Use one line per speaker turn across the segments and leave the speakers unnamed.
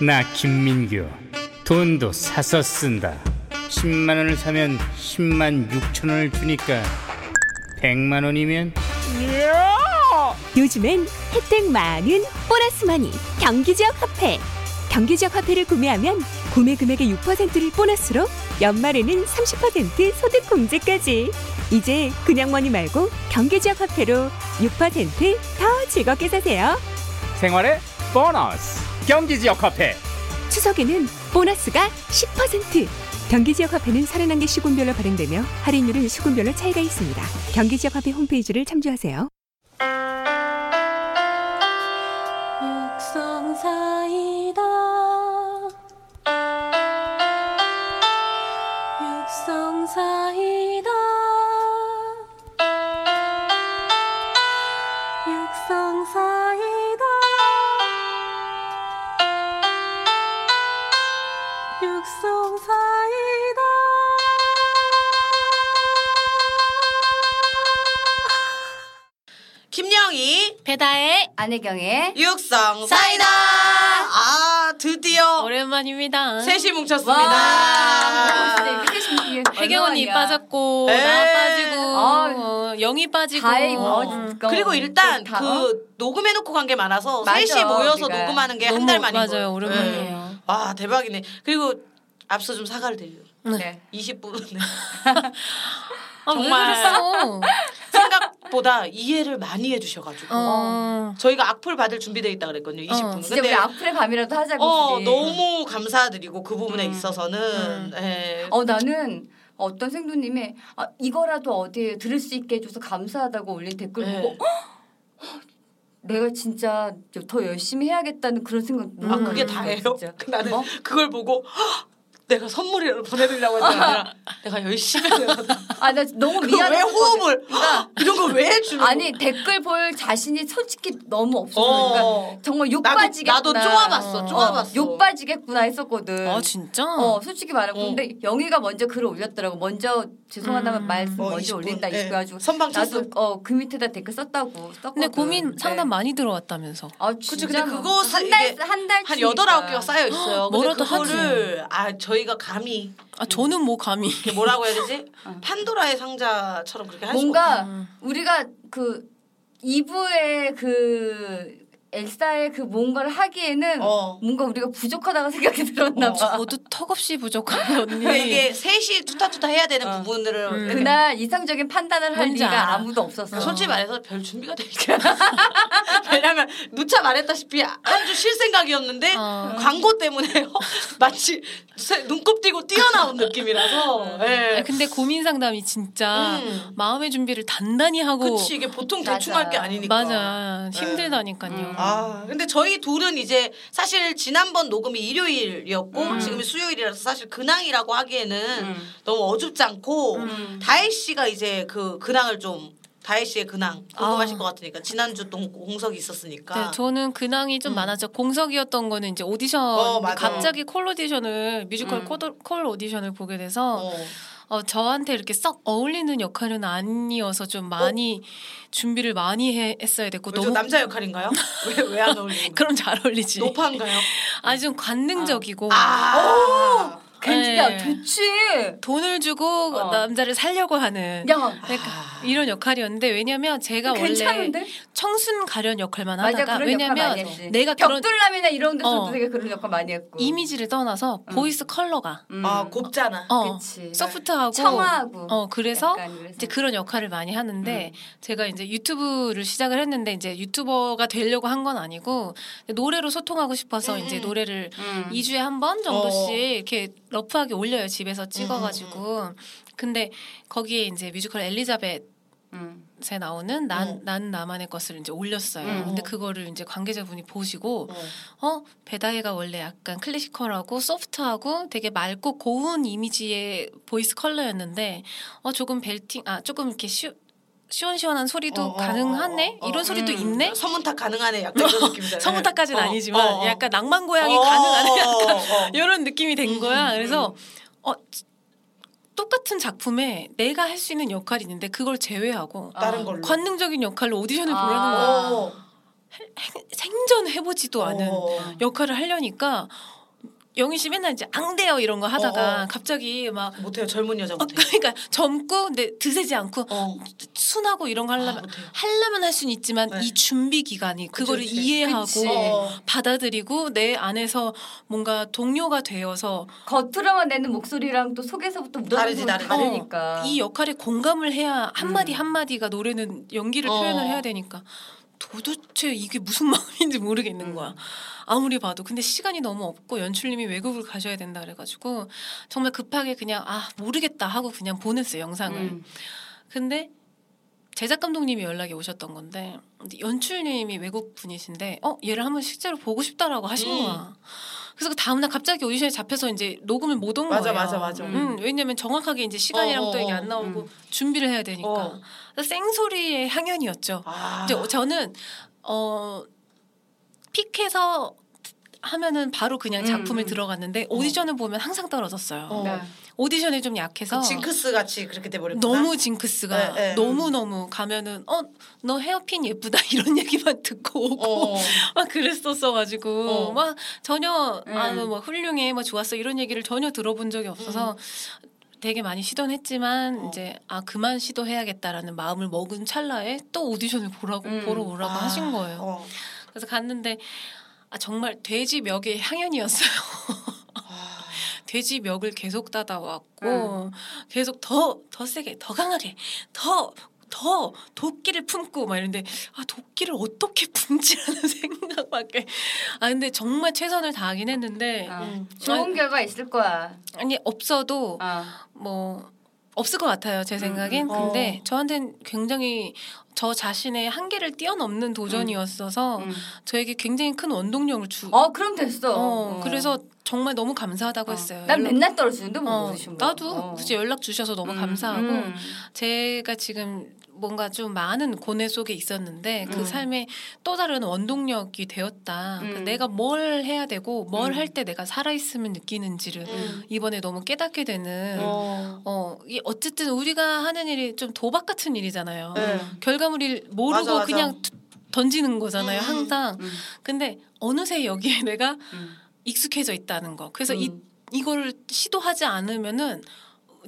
나 김민규 돈도 사서 쓴다 10만 원을 사면 10만 6천 원을 주니까 100만 원이면
요즘엔 혜택 많은 보너스머니 경기지역 화폐. 경기지역 화폐를 구매하면 구매 금액의 6%를 보너스로 연말에는 30% 소득 공제까지. 이제 그냥 머니 말고 경기지역 화폐로 6%더 즐겁게 사세요.
생활의 보너스 경기지역 화폐
추석에는 보너스가 10%. 경기지역 화폐는 31개 시군별로 발행되며 할인율은 시군별로 차이가 있습니다. 경기지역 화폐 홈페이지를 참조하세요.
육성사이다 육성사이다 육성사이다 육성사이다
김영희
배다의 네.
안혜경의
육성
사이다.
아 드디어
오랜만입니다
셋이
와.
뭉쳤습니다.
혜경 언니 빠졌고
에이.
나 빠지고
아.
어, 영희 빠지고
다이
뭐,
음.
그리고 일단 그 녹음해놓고 간 게 많아서 셋이
맞아,
모여서
우리가.
녹음하는 게 한
너무
달 만인
맞아요.
거예요.
오랜만이에요.
네. 와 대박이네. 그리고 앞서 좀 사과를 드려요.
네.
20분은
아,
정말.
왜 그랬어?
생각보다 이해를 많이 해주셔가지고
어.
저희가 악플 받을 준비돼 있다 그랬거든요. 20분은.
어, 진짜 우리 악플의 밤이라도 하자고
어
둘이. 음.
너무 감사드리고 그 부분에 있어서는 예.
어 나는 어떤 생도님이 아, 이거라도 어디에 들을 수 있게 해줘서 감사하다고 올린 댓글
네.
보고 헉! 내가 진짜 더 열심히 해야겠다는 그런 생각
아
너무
그게
많이
다예요?
들었어요, 음, 진짜.
나는
어?
그걸 보고 "헉, 내가 선물을 보내드리려고 했던 게 아니라 내가 열심히
아, 나 너무 어. 미안해.
그왜 호흡을 "헉, 이런 걸 왜 주는
그러니까 아니 댓글 볼 자신이 솔직히 너무 없어서
어.
그러니까 정말 욕
나도-
빠지겠구나.
나도 쪼아봤어, 쪼아봤어.
어, 욕 빠지겠구나 했었거든.
아 진짜?
어 솔직히 말하고
어.
근데 영희가 먼저 글을 올렸더라고 먼저 죄송하다는
음.
말씀
어,
먼저
20분.
올린다
예.
이래가지고
선방
나도
쳤어.
어그 밑에다 댓글 썼다고 썼거든
어,
근데 고민
네.
상담 많이 들어왔다면서.
아
그치
진짜
근데 그거 이게
한달한달
한 여덟 아홉 개가 쌓여 있어요. 근데
뭐라도
그거를 아 저희가 감히
아 저는 뭐 감히.
이게 뭐라고 해야 되지? 판도라의 상자처럼 그렇게 할 수가
어. 뭔가
없어요.
음.
우리가 그 2부의 그 엘사의 그 뭔가를 하기에는
어.
뭔가 우리가 부족하다고 생각이 들었나 봐.
모두 턱없이 부족한 언니.
그러니까 이게 셋이 투타투타 해야 되는
어.
부분들을
음.
이렇게
그날 이상적인 판단을 할
뭔지
리가
알아.
아무도 없었어.
그러니까 솔직히 말해서 별 준비가 되니까 왜냐면 누차 말했다시피 한 주 쉴 생각이었는데
어.
광고 때문에 마치 새- 눈곱 띄고 뛰어나온 느낌이라서
아니,
예.
근데 고민 상담이 진짜
음.
마음의 준비를 단단히 하고
그치 그러니까. 이게 보통
맞아.
대충 할 게 아니니까 네.
맞아 힘들다니까요.
음.
아 근데 저희 둘은 이제 사실 지난번 녹음이 일요일이었고
음.
지금이 수요일이라서 사실 근황이라고 하기에는
음.
너무 어줍지 않고
음.
다혜 씨가 이제 그 근황을 좀 다혜 씨의 근황 궁금하실
아.
것 같으니까 지난주 동, 공석이 있었으니까
네, 저는 근황이 좀
음.
많았죠. 공석이었던 거는 이제 오디션
어, 맞아.
갑자기 콜 오디션을 뮤지컬
음.
콜, 콜 오디션을 보게 돼서
어.
어, 저한테 이렇게 썩 어울리는 역할은 아니어서 좀 많이 준비를 많이 해- 했어야 됐고
왜저
너무
남자 역할인가요? 왜 왜 안 어울리는 거예요?
그럼 잘 어울리지.
노파인가요?
아니 좀 관능적이고
아,
괜찮다.
네.
좋지.
돈을 주고
어.
남자를 살려고 하는
야,
그러니까 이런 역할이었는데 왜냐면 제가 원래
괜찮은데?
청순 가련 역할만
맞아
하다가
그런 역할 많이
왜냐면
했지.
내가 그런
벽돌남이나 이런 데서도
어.
되게 그런 역할 많이 했고.
이미지를 떠나서
음.
보이스 컬러가
음.
아 곱잖아.
어,
그치.
소프트하고
청아하고.
어 그래서
약간 그래서.
이제 그런 역할을 많이 하는데 제가 이제 유튜브를 시작을 했는데 이제 유튜버가 되려고 한 건 아니고 노래로 소통하고 싶어서
음,
이제
음.
노래를
음.
2주에 한 번 정도씩
어.
이렇게 러프하게 올려요. 집에서 찍어가지고. 근데 거기에 이제 뮤지컬 엘리자벳에
음.
나오는 난,
어.
난 나만의 것을 이제 올렸어요.
음.
근데 그거를 이제 관계자분이 보시고,
어.
어, 배다혜가 원래 약간 클래시컬하고 소프트하고 되게 맑고 고운 이미지의 보이스 컬러였는데, 어, 조금 벨팅, 아, 조금 이렇게 슈, 시원시원한 소리도
어, 어,
가능하네?
어, 어,
이런 소리도
음.
있네?
서문탁 가능하네 약간 이런 느낌이잖아요.
성우타까지는
어,
아니지만
어, 어.
약간 낭만 고양이
어,
가능한
어, 어, 어.
이런 느낌이 된
음,
거야.
음,
그래서 어 지- 똑같은 작품에 내가 할 수 있는 역할이 있는데 그걸 제외하고
다른 걸로.
관능적인 역할로 오디션을
아.
보라는 거야.
어.
생전 해보지도 않은
어.
역할을 하려니까 영희 씨 맨날 이제 앙대요 이런 거 하다가
어.
갑자기 막
못해요 젊은 여자
어,
못해.
그러니까 젊고 근데 드세지 않고
어.
순하고 이런 거
아,
하려면
못해요.
하려면 할 수는 있지만
네.
이 준비 기간이 그거를
그치.
이해하고
그치.
어.
받아들이고 내 안에서 뭔가 동료가 되어서
겉으로만 내는 목소리랑 또 속에서부터 너무
다르지, 다르지.
다르니까.
음.
이 역할에 공감을 해야 한마디
음.
한마디가 노래는 연기를
어.
표현을 해야 되니까 도대체 이게 무슨 마음인지 모르겠는
음.
거야. 아무리 봐도 근데 시간이 너무 없고 연출님이 외국을 가셔야 된다 그래가지고 정말 급하게 그냥 아 모르겠다 하고 그냥 보냈어요 영상을.
음.
근데 제작 감독님이 연락이 오셨던 건데 근데 연출님이 외국 분이신데 어 얘를 한번 실제로 보고 싶다라고 하신
음.
거야. 그래서 그 다음날 갑자기 오디션에 잡혀서 이제 녹음을 못 온 거예요.
맞아, 맞아, 맞아.
음, 왜냐면 정확하게 이제 시간이랑
어,
또 이게
어,
안 나오고
음.
준비를 해야 되니까.
어.
그래서 생소리의 향연이었죠.
아.
근데 저는 어 픽해서 하면은 바로 그냥
음,
작품에
음.
들어갔는데 오디션을 보면 항상 떨어졌어요.
어.
네.
오디션이 좀 약해서
그 징크스 같이 그렇게 돼버렸구나.
너무 징크스가
네, 네.
너무 너무 가면은 어 너 헤어핀 예쁘다 이런 얘기만 듣고 오고
어.
막 그랬었어 가지고
어. 네.
막 전혀
음.
아뭐 훌륭해 뭐 좋았어 이런 얘기를 전혀 들어본 적이 없어서 되게 많이 시도는 했지만
음. 어.
이제 아 그만 시도해야겠다라는 마음을 먹은 찰나에 또 오디션을 보라고
음.
보러 오라고
아,
하신 거예요.
어.
그래서 갔는데 아 정말 돼지 멱의 향연이었어요.
아.
돼지 멱을 계속 따다왔고 계속 더 더 세게 더 강하게 더 더 도끼를 품고 막 이런데 아 도끼를 어떻게 품지라는 생각밖에 아 근데 정말 최선을 다하긴 했는데
아,
음.
좋은
어.
결과 있을 거야.
아니 없어도
아,
뭐 없을 것 같아요 제 생각엔
음, 어.
근데 저한테는 굉장히 저 자신의 한계를 뛰어넘는 도전이었어서
음.
저에게 굉장히 큰 원동력을 주
어, 그럼 됐어.
어,
어.
그래서 정말 너무 감사하다고
어.
했어요
난
연락-
맨날 떨어지는데 음, 뭐
어,
모르신 거.
나도 굳이 연락 주셔서 너무 감사하고 제가 지금 뭔가 좀 많은 고뇌 속에 있었는데 그
음.
삶에 또 다른 원동력이 되었다. 그러니까
음.
내가 뭘 해야 되고 뭘
음.
할 때 내가 살아있음을 느끼는지를
음.
이번에 너무 깨닫게 되는 어.
어.
이 어쨌든 우리가 하는 일이 좀 도박 같은 일이잖아요.
네.
결과물을 모르고
맞아, 맞아.
그냥 두- 던지는 거잖아요,
음.
항상.
음.
근데 어느새 여기에 내가
음.
익숙해져 있다는 거. 그래서 이
음.
이거를 시도하지 않으면은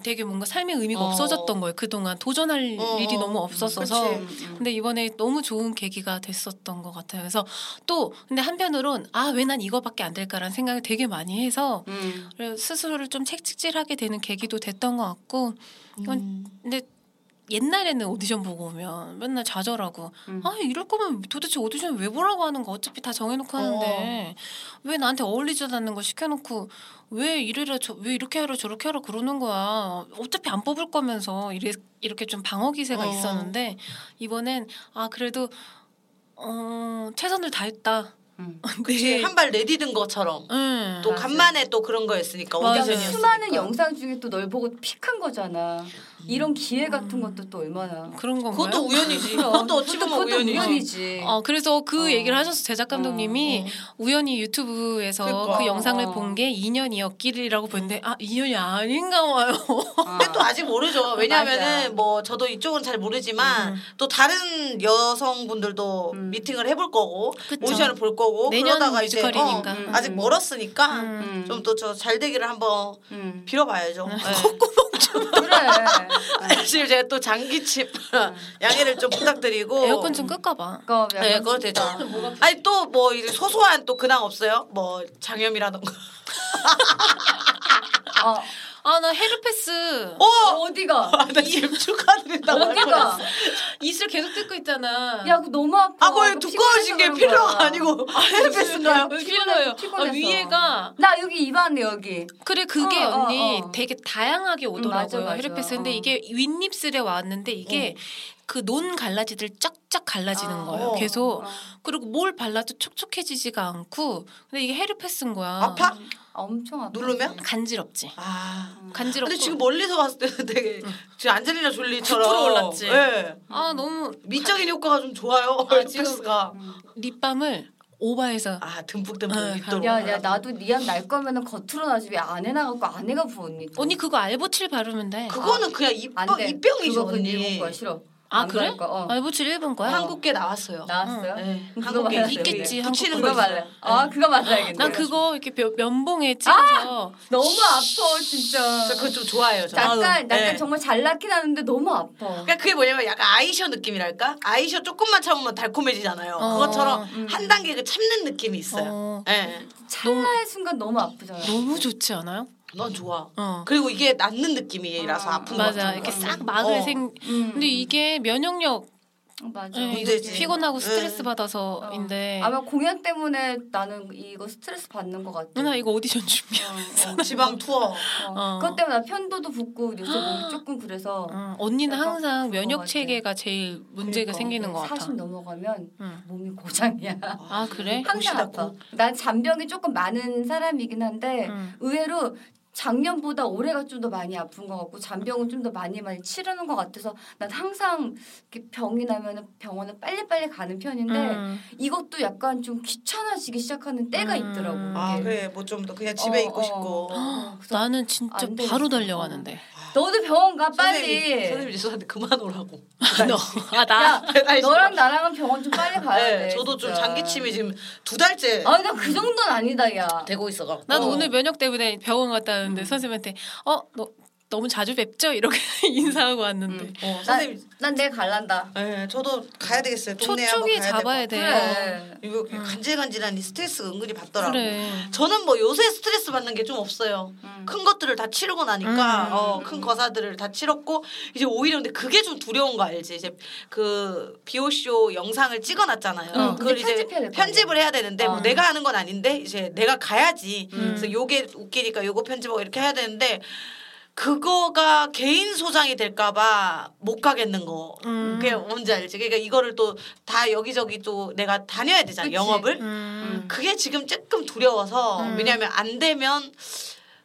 되게 뭔가 삶의 의미가
어.
없어졌던 거예요. 그동안 도전할
어,
일이
어.
너무 없었어서. 음,
그치. 음,
근데 이번에 너무 좋은 계기가 됐었던 것 같아요. 그래서 또 근데 한편으론 아 왜 난 이거밖에 안 될까라는 생각을 되게 많이 해서
음.
그래서 스스로를 좀 책찍질하게 되는 계기도 됐던 것 같고 이건 근데 옛날에는 오디션 보고 오면 맨날 좌절하고
음.
아 이럴 거면 도대체 오디션 왜 보라고 하는 거 어차피 다 정해놓고 하는데 왜 나한테 어울리지도 않는 거 시켜놓고 왜 이래라 저, 왜 이렇게 하라 저렇게 하라 그러는 거야 어차피 안 뽑을 거면서 이래, 이렇게 좀 방어 기세가
어.
있었는데 이번엔 아 그래도 어 최선을 다했다
음.
네.
그 한발 내디딘 것처럼
음.
또
맞아.
간만에 또 그런 거였으니까
맞아. 그러니까.
야,
오디션이었으니까.
수많은 영상 중에 또 널 보고 픽한 거잖아. 이런 기회
음.
같은 것도 또 얼마나.
그런 건가요?
그것도 우연이지. 그것도 어찌 보면
그것도
우연이지.
우연이지.
어 그래서 그
네. 어.
얘기를 하셔서 제작 감독님이 우연히 유튜브에서
그러니까.
그 영상을
어.
본 게 2년이었길이라고 보는데 아 2년이 아닌가 봐요.
근데 또 아직 모르죠.
맞아.
왜냐하면은 뭐 저도 이쪽은 잘 모르지만
음.
또 다른 여성분들도
음.
미팅을 해볼 거고
그쵸.
오디션을 볼 거고
내년
그러다가 이제 어,
뮤지컬이니까.
음.
아직 멀었으니까
음.
음.
좀 또 저 잘 되기를 한번
음.
빌어봐야죠. 네.
그래.
지금 제가 또 장기침 양해를 좀 부탁드리고
음. 에어컨 좀 끌까 봐.
그거
네, 그거 되죠. 아니 또 뭐 소소한 또 근황 없어요? 뭐 장염이라던가.
어,
아 나 헤르페스
어!
어디가?
아, 나 지금 축하드린다고 할
어디가?
뻔했어.
이슬 계속 뜯고 있잖아.
야, 그거 너무 아파.
아, 거의
이거
두꺼워진 게
피곤해서
필러가
그런 거야.
아니고 헤르페스인가요?
여기
피곤해서,
필러예요. 아,
피곤해서.
위에가
나 여기 입안에 여기.
그래 그게
어, 어,
언니
어.
되게 다양하게 오더라고요.
맞아, 맞아.
헤르페스 근데
어.
이게 윗입술에 왔는데 이게 그 논 갈라지들 쫙쫙 갈라지는
아,
거예요.
어.
계속
어.
그리고 뭘 발라도 촉촉해지지가 않고 근데 이게 헤르페스인 거야.
아파?
엄청 아파.
누르면?
간지럽지.
아.
간지럽고.
근데 지금 멀리서 봤을 때는 되게 지금 안젤리나 졸리처럼
9% 올랐지?
예.
아 너무
미적인 효과가 좀 좋아요.
아,
헤르페스가.
립밤을 오버해서
아, 듬뿍듬뿍
아,
있도록.
야, 야, 나도 니안 날 거면은 겉으로 나지 왜 안에 나갖고 안에가 부었니? 또?
언니 그거 알보칠 바르면 돼.
그거는 그냥 입병
안 돼.
입병이죠,
그거 그건 일본
언니.
거야 싫어.
아
안
그래?
갈 거야. 어.
알부칠 일본 거야?
한국계 나왔어요.
나왔어요?
네.
그거
한국계
말랐어요.
있겠지.
있겠지,
한국
한국
그거
그거
말라.
있어요.
아
네. 아!
그거 말라야겠네.
난 그거 이렇게 몇- 면봉에 찍어서
너무 아파 진짜.
저 그거 좀 좋아해요. 저.
약간
아우,
약간
네.
정말 잘났긴 하는데 너무 아파.
그러니까 그게 뭐냐면 약간 아이셔 느낌이랄까? 아이셔 조금만 참으면 달콤해지잖아요.
어,
그것처럼
음.
한 단계 그 참는 느낌이 있어요.
어,
예.
찰나의 순간 너무 아프잖아.
너무 좋지 않아요?
난 좋아.
어.
그리고 이게 낫는 느낌이라서
아,
아픈 것
맞아.
같은
이렇게
거.
싹 막을
어.
생.
음.
근데 이게 면역력
어, 맞아.
예, 이거
문제지.
피곤하고 스트레스
예.
어.
받아서인데.
아마 공연 때문에 나는 이거 스트레스 받는 것 같아.
누나 이거 오디션 준비.
어, 어.
지방 투어.
어.
어. 아.
그것 때문에 나 편도도 붓고 요새 몸이 조금 그래서
어, 언니는
약간
항상
그런 것
면역
같아.
체계가 제일 문제가
그러니까
생기는 것 같아.
40 넘어가면
응.
몸이 고장이야.
아 그래?
항상
옷이다,
아파.
옷.
난 잔병이 조금 많은 사람이긴
음.
한데
응.
의외로 작년보다 올해가 좀 더 많이 아픈 것 같고 잔병은 좀 더 많이 많이 치르는 것 같아서 난 항상 이렇게 병이 나면 병원을 빨리빨리 가는 편인데
음.
이것도 약간 좀 귀찮아지기 시작하는 때가
음. 아,
있더라고.
아
이게.
그래 뭐 좀 더 그냥 집에
어,
있고
어.
싶고.
어, 그래서
나는 진짜
안 되겠어.
바로 달려가는데.
너도 병원 가
선생님,
빨리.
선생님 죄송한데 그만 오라고.
너, 아,
야
나.
너랑 나랑은 병원 좀 빨리 가야 돼.
네, 저도 좀
진짜.
장기침이 지금 두 달째
아니 난그 정도는 아니다 야.
되고 있어가.
난
어.
오늘 면역 때문에 병원 갔다 왔는데 선생님한테 어, 너 너무 자주 뵙죠? 이렇게 인사하고 왔는데.
음.
어, 선생님,
난 내일 갈란다.
네, 저도 가야 되겠어요. 동네 한번
초축이
가야
잡아야
되고.
돼.
그래.
이거 간질간질한 이 스트레스 은근히 받더라고.
그래.
저는 뭐 요새 스트레스 받는 게 좀 없어요.
음.
큰 것들을 다 치르고 나니까
음.
어, 큰 거사들을 다 치렀고 이제 오히려 근데 그게 좀 두려운 거 알지? 이제 그 비오쇼 영상을 찍어놨잖아요.
음,
그걸
이제
이제
편집해야 될거
편집을 해야 되는데 뭐
어.
내가 하는 건 아닌데 이제 내가 가야지.
음.
그래서 요게 웃기니까 요거 편집하고 이렇게 해야 되는데 그거가 개인 소장이 될까봐 못 가겠는 거.
음.
그게 뭔지 알지? 그러니까 이거를 또 다 여기저기 또 내가 다녀야 되잖아.
그치.
영업을.
음.
그게 지금 조금 두려워서
음.
왜냐하면 안 되면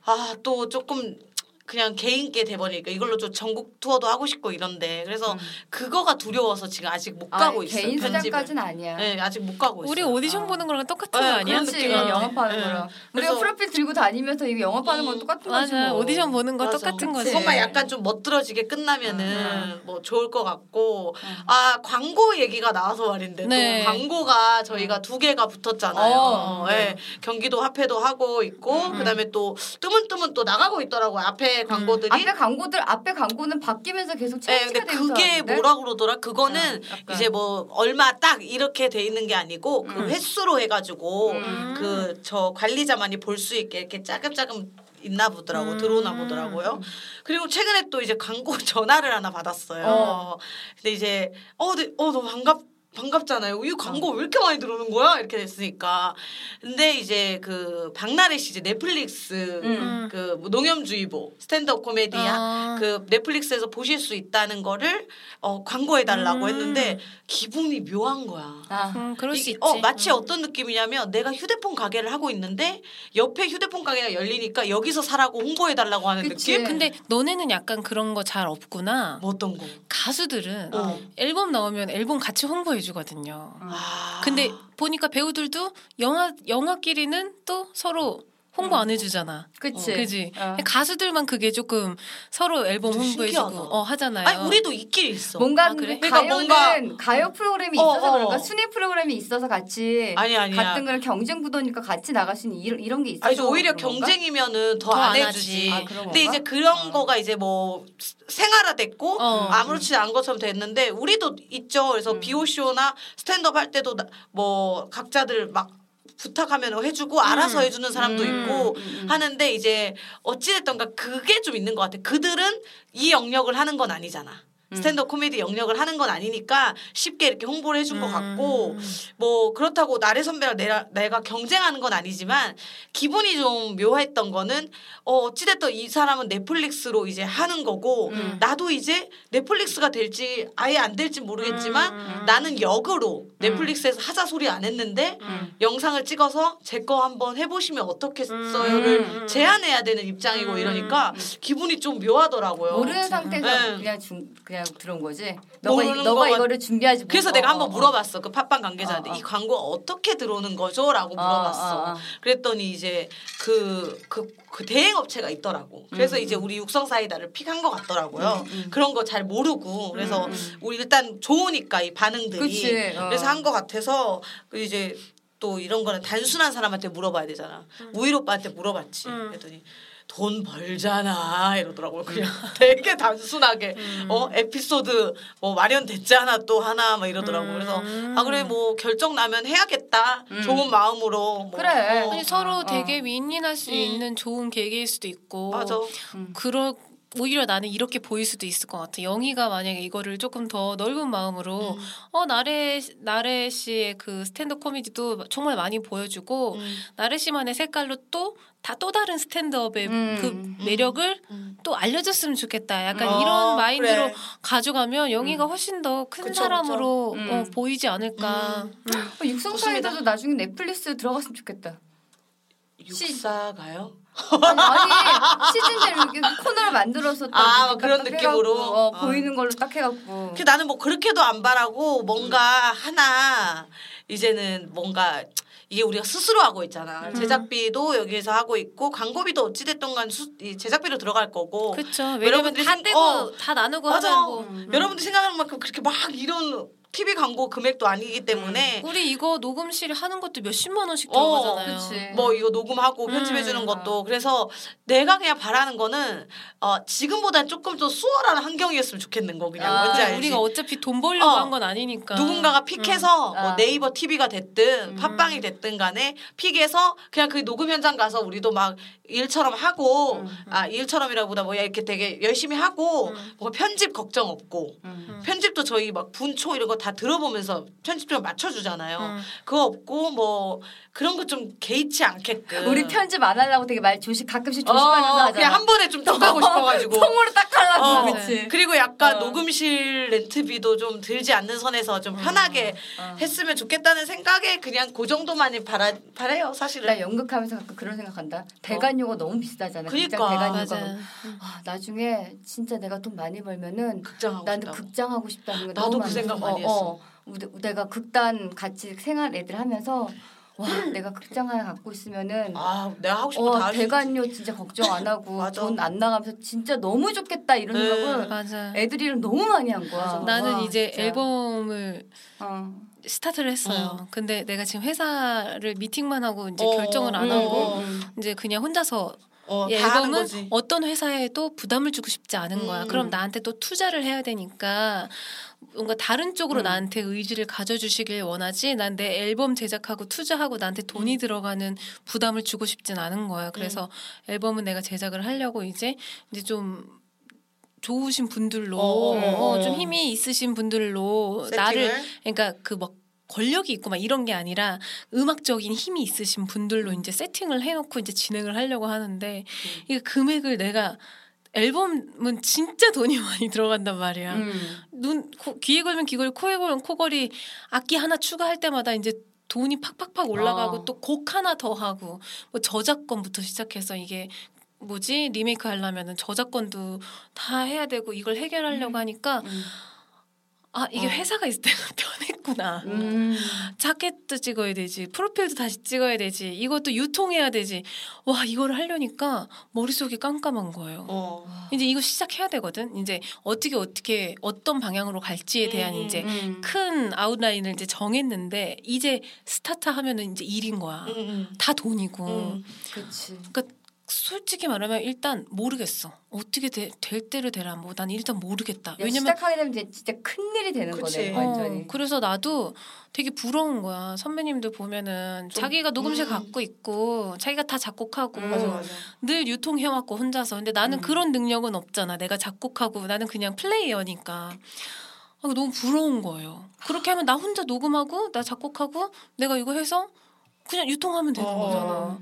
아 또 조금 그냥 개인게 돼버리니까 이걸로 좀 전국 투어도 하고 싶고 이런데 그래서 그거가 두려워서 지금 아직 못
음. 아,
가고 있어요.
개인
편집을.
수장까지는 아니야.
네, 아직 못 가고
우리
있어요.
오디션
아.
보는 거랑 똑같은
네,
거 아니야?
그런
그렇지
느낌. 어.
영업하는
네.
거랑
그래서- 음,
우리가 프로필 들고 다니면서 이거 영업하는 건 똑같은 거지
맞아.
뭐.
오디션 보는 거
맞아.
똑같은 거지. 음,
그치.
그것만 약간 좀 멋들어지게 끝나면은 뭐 좋을 것 같고 아 광고 얘기가 나와서 말인데
네. 음.
또 광고가 저희가 두 개가 붙었잖아요.
어,
예. 경기도 화폐도 하고 있고 그다음에 또 뜨문뜨문 또 나가고 있더라고요. 앞에
음.
광고들이
앞에 광고들 앞에 광고는 바뀌면서 계속
네,
체인지가
근데
되면서
그게
하는데? 아,
뭐라 그러더라? 그거는
약간.
이제 뭐 얼마 딱 이렇게 돼 있는 게 아니고 그 횟수로 해가지고
음.
그 저 관리자만이 볼 수 있게 이렇게 짜금짜금 있나
음.
보더라고 들어오나 보더라고요. 그리고 최근에 또 이제 광고 전화를 하나 받았어요.
어.
근데 이제 어, 네, 어 너무 반갑 반갑잖아요. 이 광고 왜 이렇게 많이 들어오는 거야? 이렇게 됐으니까. 근데 이제 그 박나래 씨 이제 넷플릭스
음.
그뭐 농염주의보 스탠드업 코미디
아.
그 넷플릭스에서 보실 수 있다는 거를 어, 광고해 달라고
음.
했는데 기분이 묘한 거야.
아,
음, 그럴 수
이-
있지.
어, 마치 어떤 느낌이냐면 내가 휴대폰 가게를 하고 있는데 옆에 휴대폰 가게가 열리니까 여기서 사라고 홍보해 달라고 하는
그치.
느낌?
근데 너네는 약간 그런 거 잘 없구나.
뭐 어떤 거?
가수들은
어.
앨범 나오면 앨범 같이 홍보해 주거든요.
아.
근데 보니까 배우들도 영화 영화끼리는 또 서로 홍보
음.
안 해주잖아.
그치.
그지?
어.
가수들만 그게 조금 서로 앨범
좀
홍보해주고
신기하다.
어, 하잖아요.
아니 우리도 있긴 있어.
뭔가
아, 그래?
그러니까
가요는
뭔가-
가요 프로그램이
어,
있어서
어.
그런가 순위 프로그램이 있어서 같이
아니 아니야.
같은 거랑 경쟁 구도니까 같이 나갈 수 있는 이런, 이런 게 있어서
아니 저 오히려
그런 건가?
경쟁이면은 더
더
안
안
해주지.
하지. 아,
그런
근데
건가? 어.
이제 그런 거가 이제 뭐 스- 생활화됐고
어.
음.
아무렇지 않은 것처럼 됐는데 우리도 있죠. 그래서 비오쇼나 스탠드업 할 때도 나- 뭐 각자들 막 부탁하면 해주고 알아서 해주는 사람도
음,
있고
음, 음.
하는데 이제 어찌됐던가 그게 좀 있는 것 같아. 그들은 이 영역을 하는 건 아니잖아.
음.
스탠드업 코미디 영역을 하는 건 아니니까 쉽게 이렇게 홍보를 해준
음.
음.
것 같고 뭐 그렇다고 나래 선배랑 내가, 내가 경쟁하는 건 아니지만 기분이 좀 묘했던 거는 어 어찌됐든 이 사람은 넷플릭스로 이제 하는 거고
음.
나도 이제 넷플릭스가 될지 아예 안 될지
음,
모르겠지만 나는 역으로 넷플릭스에서 하자 소리 안 했는데
음.
영상을 찍어서 제 거 한번 해보시면 어떻겠어요를
음.
제안해야 되는 입장이고 이러니까 기분이 좀 묘하더라고요.
모르는 상태에서
네.
그냥 중 그냥 때문에 들어온 거지. 너가 이-
모르는
너가
거만-
이거를 준비하지. 못-
그래서
어,
내가
어,
한번
어.
물어봤어 그 팟빵 관계자한테
어, 어.
이 광고 어떻게 들어오는 거죠라고
어,
물어봤어.
어, 어.
그랬더니 이제 그 그 그 대행 업체가 있더라고. 그래서
음.
이제 우리 육성 사이다를 픽한 것 같더라고요. 그런 거 잘 모르고 그래서 우리 일단 좋으니까 이 반응들이
음, 그치, 어.
그래서 한 것 같아서 그 이제 또 이런 거는 단순한 사람한테 물어봐야 되잖아.
음.
우일 오빠한테 물어봤지.
음.
그랬더니 돈 벌잖아 이러더라고요. 그냥 되게 단순하게 어 에피소드 뭐 마련됐잖아 또 하나 막 이러더라고요. 그래서 아 그래 뭐 결정 나면 해야겠다 좋은 마음으로 뭐,
그래.
어,
아니 서로
어.
되게 윈윈할 수
음.
있는 좋은 계기일 수도 있고
맞아.
그럴 오히려 나는 이렇게 보일 수도 있을 것 같아. 영희가 만약에 이거를 조금 더 넓은 마음으로 어 나래 나래 씨의 그 스탠드 코미디도 정말 많이 보여주고
음.
나래 씨만의 색깔로 또 다 또 다른 스탠드업의
음.
그 매력을
음.
또 알려줬으면 좋겠다. 약간
음.
이런
어,
마인드로
그래. 음.
가져가면 영희가 훨씬 더 큰
그쵸, 음.
사람으로
그쵸.
어,
음.
보이지 않을까.
어, 육성 사이다도 나중에 넷플릭스 들어갔으면 좋겠다.
육사가요?
아니, 아니 시즌제로 이렇게 코너를 만들어서 딱
아,
이렇게
그런
딱
느낌으로?
해갖고, 어,
아.
보이는 걸로 딱 해갖고
그 나는 뭐 그렇게도 안 바라고 뭔가 하나 이제는 뭔가 이게 우리가 스스로 하고 있잖아. 제작비도 여기에서 하고 있고 광고비도 어찌 됐든 간 수, 이 제작비로 들어갈 거고.
그렇죠. 왜냐면
뭐, 여러분들이
다
생-
떼고
어,
다 나누고
맞아.
하고
음. 여러분들 생각하는 만큼 그렇게 막 이런 TV 광고 금액도
음.
아니기 때문에
우리 이거 녹음실 하는 것도 몇십만 원씩
어,
들어가잖아요.
그치.
뭐 이거 녹음하고 편집해 주는
네. 음.
것도 그래서 내가 그냥 바라는 거는 어, 지금보다 조금 더 수월한 환경이었으면 좋겠는 거 그냥
아,
뭔지
근데
알지?
우리가 어차피 돈 벌려고
어.
한 건 아니니까.
누군가가 픽해서
음.
뭐
아. 음.
네이버 TV가 됐든 팟빵이 됐든 간에 픽해서 그냥 그 녹음 현장 가서 우리도 막 일처럼 하고
음.
아 일처럼이라보다 뭐야 이렇게 되게 열심히 하고 뭐 편집 걱정 없고
음.
편집도 저희 막 분초 이런 거 다 들어보면서 편집 좀 맞춰주잖아요.
음.
그거 없고 뭐 그런 거 좀 개의치 않게끔
우리 편집 안 하려고 되게 말 조심 가끔씩
그 어,
조심하면서
어,
하잖아.
그냥 한 번에 좀 통하고 싶어가지고
통으로 딱 하려고
어,
그치.
그리고 약간
어.
녹음실 렌트비도 좀 들지 않는 선에서 좀 편하게
어.
했으면 좋겠다는 생각에 그냥 그 정도만이 바라, 바래요
나
사실은
연극하면서 가끔 그런 생각한다. 대관료가 너무 비싸잖아.
그니까.
극장 대관료가
맞아.
아, 나중에 진짜 내가 돈 많이 벌면은
극장하고
나는
싶다고.
극장 하고 싶다는 거
나도
너무
그
많이
생각
들어.
많이
어, 어. 우리- 내가 극단 같이 생활 애들 하면서 와 내가 극장 하나 갖고 있으면은
음. 아 내가 하고 싶은 거 다
어,
할 수 있어
대관료 진짜 걱정 안 하고
맞아.
돈 안 나가면서 진짜 너무 좋겠다 이런
네.
생각을
맞아.
애들이랑 너무 많이 한 거야.
어,
나는
와,
이제
진짜.
앨범을
어.
스타트를 했어요. 근데 내가 지금 회사를 미팅만 하고 이제
어,
결정을 안
음.
하고
어.
이제 그냥 혼자서
어,
예, 이
다 하는
앨범은
거지
어떤 회사에도 부담을 주고 싶지 않은 거야.
음.
그럼 나한테 또 투자를 해야 되니까 뭔가 다른 쪽으로
음.
나한테 의지를 가져주시길 원하지. 난 내 앨범 제작하고 투자하고 나한테
음.
돈이 들어가는 부담을 주고 싶진 않은 거야. 그래서
음.
앨범은 내가 제작을 하려고 이제 이제 좀 좋으신 분들로
어.
어, 좀 힘이 있으신 분들로
세팅을?
어, 나를 그러니까 그 막 권력이 있고 막 이런 게 아니라 음악적인 힘이 있으신
음.
분들로 이제 세팅을 해놓고 이제 진행을 하려고 하는데 이 금액을 내가 앨범은 진짜 돈이 많이 들어간단 말이야.
음.
눈 코, 귀에 걸면 귀걸이, 코에 걸면 코걸이, 악기 하나 추가할 때마다 이제 돈이 팍팍팍 올라가고
어.
또 곡 하나 더 하고 뭐 저작권부터 시작해서 이게 뭐지 리메이크 하려면은 저작권도 다 해야 되고 이걸 해결하려고 하니까
음. 어.
아 이게 회사가 있을 때가 편했구나.
음.
자켓도 찍어야 되지 프로필도 다시 찍어야 되지 이것도 유통해야 되지 와 이걸 하려니까 머릿속이 깜깜한 거예요
어.
이제 이거 시작해야 되거든 이제 어떻게 어떻게 어떤 방향으로 갈지에 대한
음,
이제
음.
큰 아웃라인을 이제 정했는데 이제 스타트 하면은 이제 일인 거야
음, 음.
다 돈이고
음.
그치.
그러니까 솔직히 말하면 일단 모르겠어 어떻게 되- 될 때를 되라 뭐 난 일단 모르겠다 왜냐면
시작하게 되면 이제 진짜 큰 일이 되는
그치.
거네
어,
완전히.
어, 그래서 나도 되게 부러운 거야. 선배님들 보면은
좀,
자기가 녹음실
음.
갖고 있고 자기가 다 작곡하고
음.
맞아 맞아
늘 유통해왔고 혼자서. 근데 나는
음.
그런 능력은 없잖아. 내가 작곡하고 나는 그냥 플레이어니까. 아, 너무 부러운 거예요. 그렇게 하면 나 혼자 녹음하고 나 작곡하고 내가 이거 해서 그냥 유통하면 되는
어.
거잖아.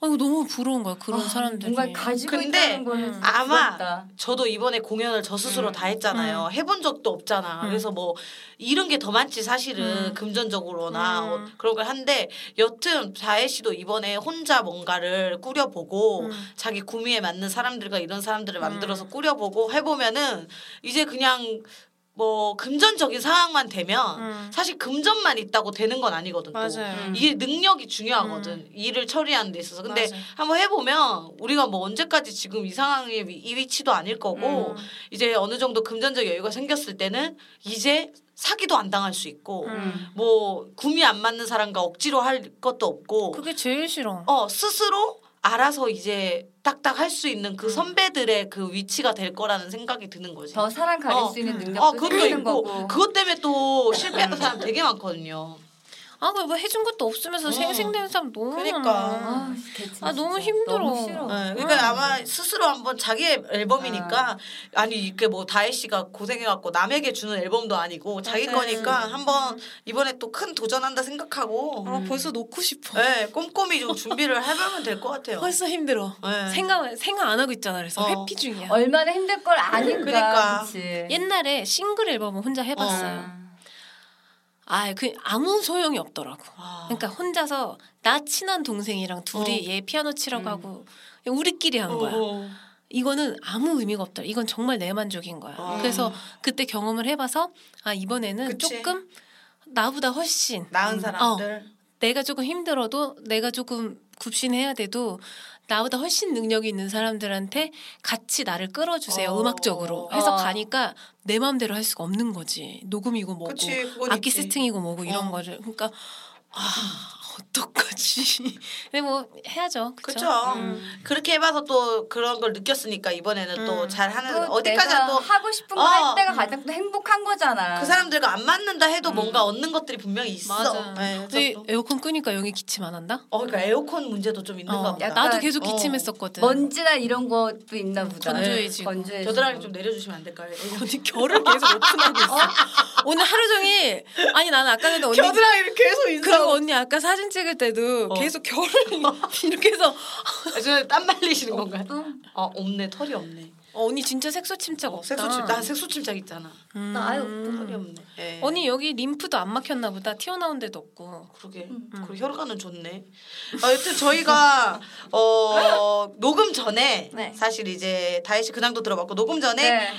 아, 이거 너무 부러운 거야 그런
아,
사람들이.
뭔가 가지고
근데
있다는 거는 진짜
아마
부럽다.
저도 이번에 공연을 저 스스로
음.
다 했잖아요. 해본 적도 없잖아.
음.
그래서 뭐 이런 게 더 많지 사실은
음.
금전적으로나
음.
어, 그런 걸 한데 여튼 자혜 씨도 이번에 혼자 뭔가를 꾸려보고
음.
자기 구미에 맞는 사람들과 이런
음.
사람들을 만들어서 꾸려보고 해보면은 이제 그냥 뭐 금전적인 상황만 되면
음.
사실 금전만 있다고 되는 건 아니거든. 또.
맞아요.
음.
이 능력이 중요하거든. 일을 처리하는 데 있어서. 근데
맞아요.
한번 해보면 우리가 뭐 언제까지 지금 이 상황이 이 위치도 아닐 거고
음.
이제 어느 정도 금전적 여유가 생겼을 때는 이제 사기도 안 당할 수 있고
음.
뭐 구미 안 맞는 사람과 억지로 할 것도 없고
그게 제일 싫어.
어 스스로 알아서 이제 딱딱 할 수 있는 그 선배들의 그 위치가 될 거라는 생각이 드는 거지.
음. 더 사람 가릴
어.
수
음.
있는 능력도
어 그것도
생기는
있고
거고.
그것 때문에 또 실패하는 사람 되게 많거든요.
아, 그뭐 해준 것도 없으면서
어.
생생되는 사람 너무
그러니까.
많아.
아, 걔 진짜
아, 너무 힘들어.
너무 싫어.
네, 그러니까 아마 스스로 한번 자기의 앨범이니까
네.
아니 이게 뭐 다혜 씨가 고생해갖고 남에게 주는 앨범도 아니고 자기
맞아요.
거니까 한번 이번에 또 큰 도전한다 생각하고 음.
아, 벌써 놓고 싶어.
네, 꼼꼼히 좀 준비를 해보면 될 것 같아요.
벌써 힘들어.
네.
생각 생각 안 하고 있잖아. 그래서
어.
회피 중이야.
얼마나 힘들 걸 아니까.
그러니까.
그치.
옛날에 싱글 앨범을 혼자 해봤어요.
아.
아, 그 아무 소용이 없더라고.
아,
그러니까 혼자서 나 친한 동생이랑 둘이 얘 피아노 치라고
음.
하고 그냥 우리끼리 한 거야.
어,
이거는 아무 의미가 없더라. 이건 정말 내 만족인 거야.
아.
그래서 그때 경험을 해봐서 아 이번에는
그치.
조금 나보다 훨씬
나은 사람들
내가 조금 힘들어도 내가 조금 굽신해야 돼도 나보다 훨씬 능력이 있는 사람들한테 같이 나를 끌어주세요 아.
어.
음악적으로 해서
어.
가니까 내 마음대로 할 수가 없는 거지 녹음이고 어. 뭐고
그치, 그건
악기
있지.
세팅이고 뭐고 이런
어.
거를 그러니까 아 어떡하지 근데 뭐 해야죠 그쵸
그렇죠. 그렇게 해봐서 또 그런 걸 느꼈으니까 이번에는 또
음.
잘하는
또
어디까지나
내가
또 그
하고 싶은
어. 그
거 할 때가 가장 또 행복한 거잖아.
사람들과 안 맞는다 해도 뭔가 얻는 것들이 분명히 있어.
음. 맞아
네, 그래서
우리
또-
에어컨 끄니까 여기 기침 안 한다
어, 그러니까 에어컨 문제도 좀 있는가
어,
보다.
약간
나도 계속
어.
기침했었거든
먼지나 이런 것도 있나 보다.
네. 건조해지고.
건조해지고.
겨드랑이 좀 내려주시면 안 될까요?
언니 결을 계속 오픈하고 있어 오늘 하루 종일 아니 나는 아까 전에 언니
겨드랑이를 계속
그리고
인사하고
언니 아까 사진 찍을 때도
어.
계속 결을 이렇게 해서
저는 땀 발리시는 건가요?
또?
아 없네 털이 없네
어, 언니 진짜 색소 침착 없다.
어, 색소침 나 색소침착 있잖아
음.
나 아예 없던
털이 없네 예.
언니 여기 림프도 안 막혔나 보다. 튀어나온 데도 없고.
그러게 그리고 혈관은 좋네 아, 여튼 저희가 어 녹음 전에
네.
사실 이제 다혜 씨 근황도 들어봤고 녹음 전에
네.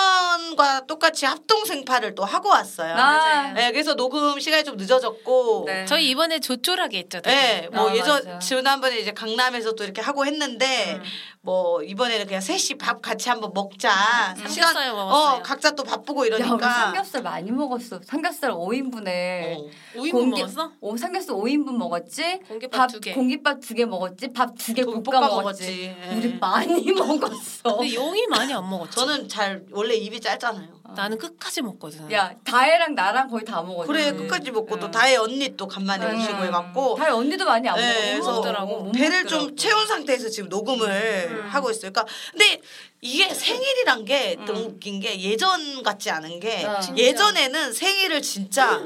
작년과 똑같이 합동 생파를 또 하고 왔어요
아.
예, 그래서 녹음 시간이 좀 늦어졌고
네.
저희 이번에 조촐하게 했잖아요.
네, 뭐
아,
예전
맞아. 음.
지난번에 이제 강남에서 또 이렇게 하고 했는데 뭐 이번에는 그냥 셋이 밥 같이 한번 먹자.
삼겹살 먹었어요.
어, 각자 또 바쁘고
음. 야, 우리
이러니까.
삼겹살 많이 먹었어. 삼겹살 5인분에
그러니까 어.
오이분 먹었어?
오, 삼겹살 5인분 먹었지.
공깃밥
밥
두 개.
공깃밥 두 개 먹었지. 밥 두 개
돈
볶아
볶아
먹었지.
먹었지. 예.
우리 많이 먹었어.
근데 용이 많이 안 먹었지.
저는 잘 원래 입이 짧잖아요.
나는 끝까지 먹거든.
야, 다혜랑 나랑 거의 다 먹었지.
그래 끝까지 먹고 또 다혜 언니 또 간만에
어, 예. 음.
오시고 해갖고
다혜 언니도 많이 안
예,
먹어.
그래서
먹더라고.
못
배를
먹더라고.
좀 채운 상태에서 지금 녹음을 하고 있어요. 그러니까 근데 이게 생일이란 게
음.
너무 웃긴 게 예전 같지 않은 게
아,
어.
예전에는 생일을 진짜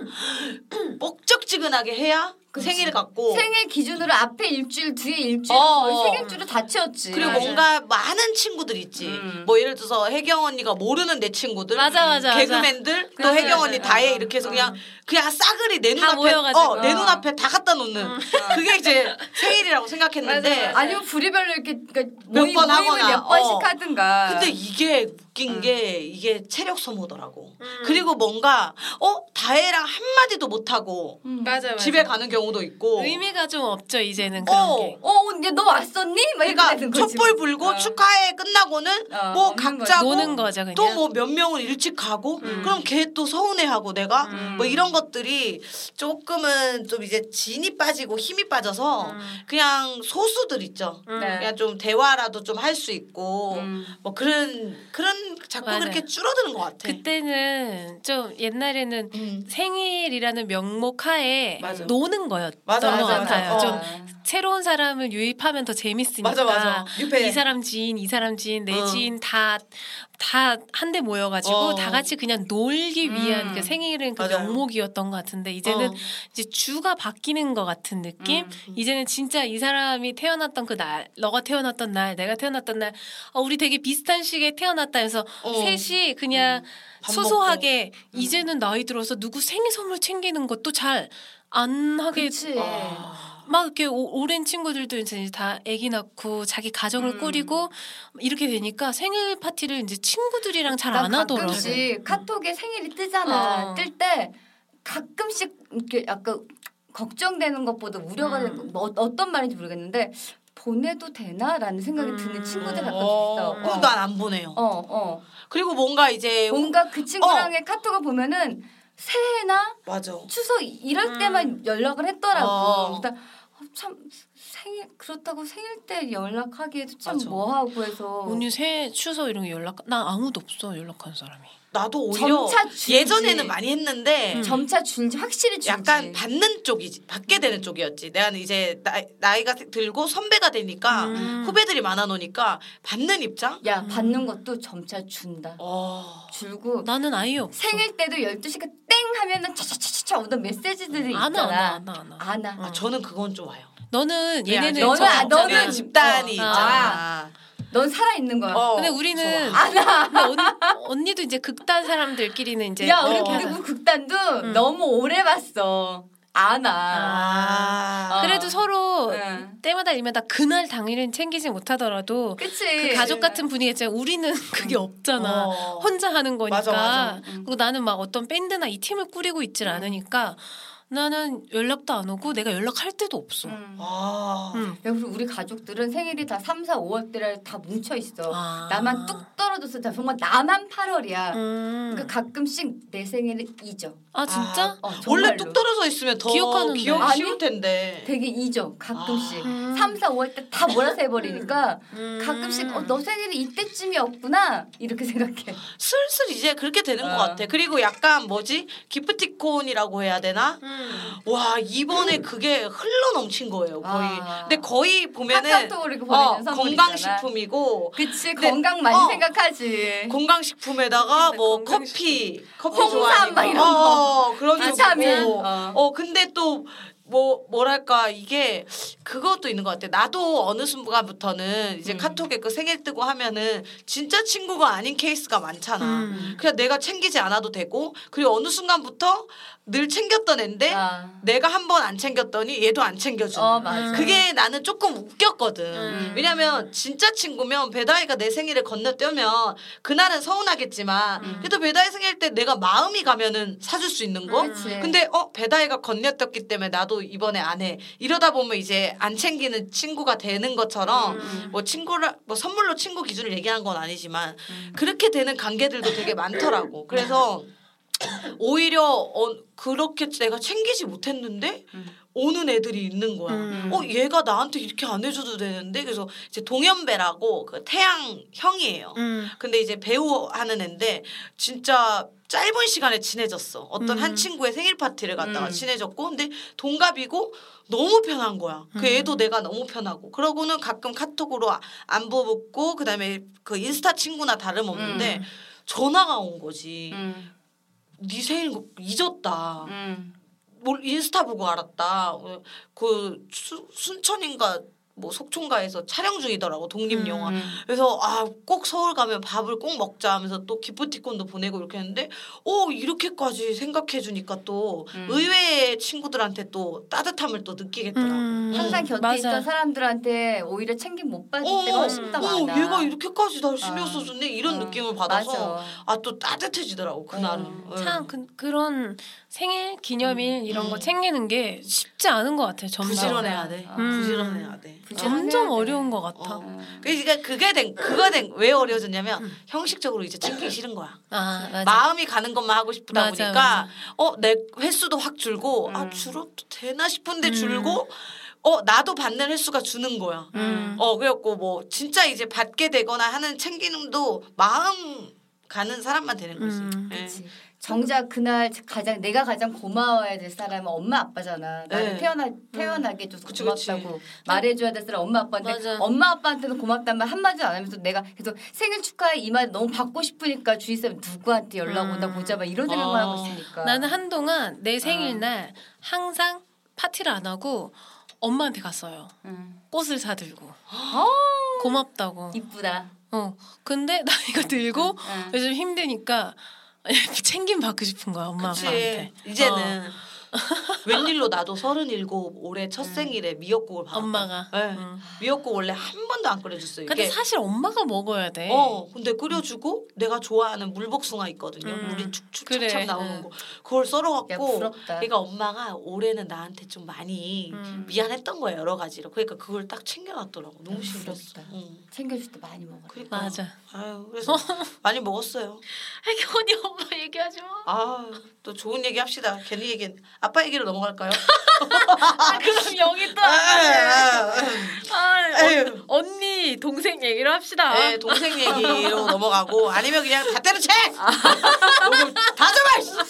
뻑적지근하게 해야 그 생일을 갖고
생일 기준으로 앞에 일주일, 뒤에 일주일,
어,
거의
어.
생일주로 다 채웠지.
그리고
맞아.
뭔가 많은 친구들 있지.
음.
뭐 예를 들어서 혜경 언니가 모르는 내 친구들,
맞아, 맞아, 맞아.
개그맨들, 또
맞아,
혜경
맞아.
언니 다혜 이렇게 해서 그냥 그냥 싸그리 내
어. 다
눈앞에
모여가지고. 어.
어, 내 눈앞에 다 갖다 놓는 그게 이제 생일이라고 생각했는데
맞아, 맞아.
아니면 부리별로 이렇게 그러니까
몇
모임,
번
모임을
하거나,
몇 번씩
어.
하든가.
근데 이게 웃긴 게 이게 체력 소모더라고. 그리고 뭔가 어 다혜랑 한 마디도 못 하고
맞아 맞아.
집에 가는 경우도 있고.
음. 의미가 좀 없죠 이제는 그런
어.
게.
어, 언니 너 왔었니? 막 이렇게
그러니까
되는 거지.
촛불 불고
어.
축하해 끝나고는
어,
뭐
없는
각자
거지.
뭐
노는 거죠 그냥.
또 뭐 몇 명은 일찍 가고 그럼 걔 또 서운해하고 내가 뭐 이런 것들이 조금은 좀 이제 진이 빠지고 힘이 빠져서 그냥 소수들 있죠.
네.
그냥 좀 대화라도 좀 할 수 있고
음.
뭐 그런 그런 자꾸
맞아요.
그렇게 줄어드는 것 같아.
네. 그때는 좀 옛날에는
음.
생일이라는 명목 하에
맞아.
노는 거였던
맞아,
것
맞아,
같아요.
맞아.
좀
어.
새로운 사람을 유입하면 더 재밌으니까 그
맞아 맞아.
이
유패.
사람 지인, 이 사람 지인, 내
어.
지인 다 다 한데 모여가지고
어.
다 같이 그냥 놀기
음.
위한 그 생일은 그
맞아요.
명목이었던 것 같은데 이제는
어.
이제 주가 바뀌는 것 같은 느낌.
음.
이제는 진짜 이 사람이 태어났던 그 날, 너가 태어났던 날, 내가 태어났던 날, 어, 우리 되게 비슷한 시기에 태어났다 해서
어. 음.
셋이 그냥
밥
소소하게
음.
이제는 나이 들어서 누구 생일 선물 챙기는 것도 잘 안 하게 어.
그치.
먹고. 아.
막 이렇게 오, 오랜 친구들도 이제 다 아기 낳고 자기 가정을
음.
꾸리고 이렇게 되니까 생일 파티를 이제 친구들이랑 잘
난
안 하더라고.
가끔씩 카톡에 생일이 뜨잖아.
어.
뜰 때 가끔씩 이렇게 약간 걱정되는 것보다 우려가
음.
되는 뭐, 어떤 말인지 모르겠는데 보내도 되나라는 생각이
음.
드는 친구들 가끔씩 있어.
어. 그럼 난안 보내요.
어, 어.
그리고 뭔가 이제
뭔가 그 친구랑의
어.
카톡을 보면은 새해나
맞아.
추석 이럴
음.
때만 연락을 했더라고.
어.
그러니까 어, 참 생일 그렇다고 생일 때 연락하기에도 참
맞아.
뭐하고 해서
언니 새해 추석 이런 게 연락 나 아무도 없어 연락한 사람이.
나도 오히려
점차 줄지.
예전에는 많이 했는데
음.
점차 줄지 확실히 줄지.
약간 받는 쪽이지 받게 되는 쪽이었지. 내가 이제 나이, 나이가 들고 선배가
아,
되니까
음.
후배들이 많아 놓으니까 받는 입장.
야
음.
받는 것도 점차 준다.
어.
줄고
나는 아예 없어.
생일 때도 12시가 땡 하면은 차차차차차 오는 메시지들이
안 와,
있잖아.
안 와, 안 와, 안 와.
안 와.
아 저는 그건 좀 와요.
너는 어.
예,
얘네는
너는
저-
아,
없잖아.
너는
집단이
어.
있잖아.
넌 살아 있는 거야.
어,
근데 우리는
좋아.
근데 언, 언니도 이제 극단 사람들끼리는 이제
야 우리
그렇게
어.
우리
하잖아.
그 극단도
음.
너무 오래 봤어. 안 와.
아.
어.
그래도 서로
네.
때마다 일마다 그날 당일은 챙기지 못하더라도
그치.
그 가족 같은 분위기였지만 우리는 그게 없잖아.
어.
혼자 하는 거니까.
맞아, 맞아.
음.
그리고 나는 막 어떤 밴드나 이 팀을 꾸리고 있질 않으니까 나는 연락도 안 오고 내가 연락할 때도 없어.
음.
아.
음.
야, 그리고 우리 가족들은 생일이 다 3, 4, 5월달에 다 뭉쳐 있어.
아.
나만 뚝 떨어져서 다 정말 나만 8월이야.
음.
그러니까 가끔씩 내 생일을 잊어.
아 진짜?
어,
원래
정말로.
뚝 떨어져 있으면 더
기억하는데.
기억이
아니?
쉬울 텐데.
되게 잊어 가끔씩
아.
3, 4, 5월 때 다 몰아서 해버리니까
음.
가끔씩 어, 너 생일이 이때쯤이었구나 이렇게 생각해
슬슬 이제 그렇게 되는 것
어.
같아. 그리고 약간 뭐지 기프티콘이라고 해야 되나?
음.
와 이번에 그게 흘러 넘친 거예요 거의.
아.
근데 거의 보면은
카카오톡으로 이렇게
어,
보내는 선물이
건강식품이고
그치
근데-
건강 많이
어.
생각하지
건강식품에다가 뭐
건강식품.
커피, 커피
홍삼
좋아하니까.
막 이런
어,
거.
어, 그런
비타민
거. 어.
어.
어 근데 또 뭐 뭐랄까 이게 그것도 있는 것 같아. 나도 어느 순간부터는 이제 카톡에 그 생일 뜨고 하면은 진짜 친구가 아닌 케이스가 많잖아.
음.
그냥 내가 챙기지 않아도 되고 그리고 어느 순간부터 늘 챙겼던 앤데
아.
내가 한 번 안 챙겼더니 얘도 안 챙겨주는
어 맞아
그게 나는 조금 웃겼거든.
음.
왜냐면 진짜 친구면 배다이가 내 생일을 건너뛰면 그날은 서운하겠지만
음.
그래도 배다이 생일 때 내가 마음이 가면은 사줄 수 있는 거.
그치.
근데 어 배다이가 건너뛰었기 때문에 나도 이번에 안 해. 이러다 보면 이제 안 챙기는 친구가 되는 것처럼
음.
음.
뭐 친구를 뭐 선물로 친구 기준을 얘기한 건 아니지만 그렇게 되는 관계들도 되게 많더라고. 그래서 오히려 어, 그렇게 내가 챙기지 못했는데 오는 애들이 있는 거야.
음.
어 얘가 나한테 이렇게 안 해줘도 되는데 그래서 이제 동현배라고 그 태양 형이에요.
음.
근데 이제 배우 하는 애인데 진짜 짧은 시간에 친해졌어. 어떤
음.
한 친구의 생일 파티를 갔다가
음.
친해졌고 근데 동갑이고 너무 편한 거야.
음.
그 애도 내가 너무 편하고 그러고는 가끔 카톡으로 아- 안부 묻고 그다음에 그 인스타 친구나 다름없는데
음.
전화가 온 거지.
음.
네 생일 잊었다.
음.
뭘 인스타 보고 알았다. 그 수- 순천인가 뭐 속초인가에서 촬영 중이더라고 독립 영화. 그래서 아 꼭 서울 가면 밥을 꼭 먹자 하면서 또 기프티콘도 보내고 이렇게 했는데 오 이렇게까지 생각해 주니까 또
음.
의외의 친구들한테 또 따뜻함을 또 느끼겠더라고.
음.
항상 곁에
맞아.
있던 사람들한테 오히려 챙김 못 받을
어,
때가 훨씬 더
어,
많아
얘가 이렇게까지 날 신경
아.
써줬네 이런
어,
느낌을 받아서
맞아.
아 또 따뜻해지더라고 그날은.
어.
예.
참 그, 그런 생일 기념일 이런 거
음.
챙기는 게 쉽지 않은 것 같아. 점점
부지런해야 돼. 음.
어.
부지런해야 돼.
부지런해야 돼.
점점 어려운 것 같아.
어.
음.
그러니까 그게 된 그거 된왜 어려워졌냐면 형식적으로 이제 챙기기 싫은 거야.
아 음. 맞아.
마음이 가는 것만 하고 싶다
맞아,
보니까 어 내 횟수도 확 줄고 아
음.
줄어도 되나 싶은데
음.
줄고 어 나도 받는 횟수가 주는 거야.
음.
어 그래갖고 뭐 진짜 이제 받게 되거나 하는 챙기는도 마음 가는 사람만 되는 거지.
음.
예.
그치. 정작 그날 가장 내가 가장 고마워해야 될 사람은 엄마 아빠잖아. 나를
네.
태어나 태어나게 해줘서
그치, 음. 그치.
고맙다고 말해줘야 될 사람 엄마 아빠한테
맞아.
엄마 아빠한테는 고맙단 말 한마디도 안 하면서 내가 계속 생일 축하해 이 말 너무 받고 싶으니까 주위 사람 누구한테 연락 온다
음.
보자 막 이런 생각만
어.
하고 있으니까.
나는 한동안 내 생일날 항상 파티를 안 하고 엄마한테 갔어요.
음.
꽃을 사들고 고맙다고.
이쁘다. 음.
어. 근데 나이가 들고
응.
요즘 힘드니까 챙김 받고 싶은 거야 엄마
그치
아빠한테.
이제는
어.
웬일로 나도 서른일곱 올해 첫
음.
생일에 미역국을
어,
받았다.
엄마가.
네.
응.
미역국 원래 한 번도 안 끓여줬어요.
근데
이게
사실 엄마가 먹어야
네.
돼.
어, 근데 끓여주고 내가 좋아하는 물복숭아 있거든요.
음.
물이 축축
그래.
착착 나오는
음.
거. 그걸
야
썰어갖고.
부럽다.
그러니까 엄마가 올해는 나한테 좀 많이
음.
미안했던 거예요 여러 가지로. 그러니까 그걸 딱 챙겨놨더라고.
야,
너무 싫었어.
아, 부럽다.
응.
챙겨줄 때 많이 먹어.
그러니까.
맞아.
아유, 그래서 많이 먹었어요.
혜원이 엄마 얘기하지 마.
아, 또 좋은 얘기 합시다. 괜히 얘기. 아빠 얘기로 넘어갈까요?
아, 그럼 영희 또.
아,
안
아, 아.
돼. 아,
에휴.
언, 언니 동생 얘기로 합시다.
네, 동생 얘기로 넘어가고 아니면 그냥 다 때려채! 요금 다 잡아!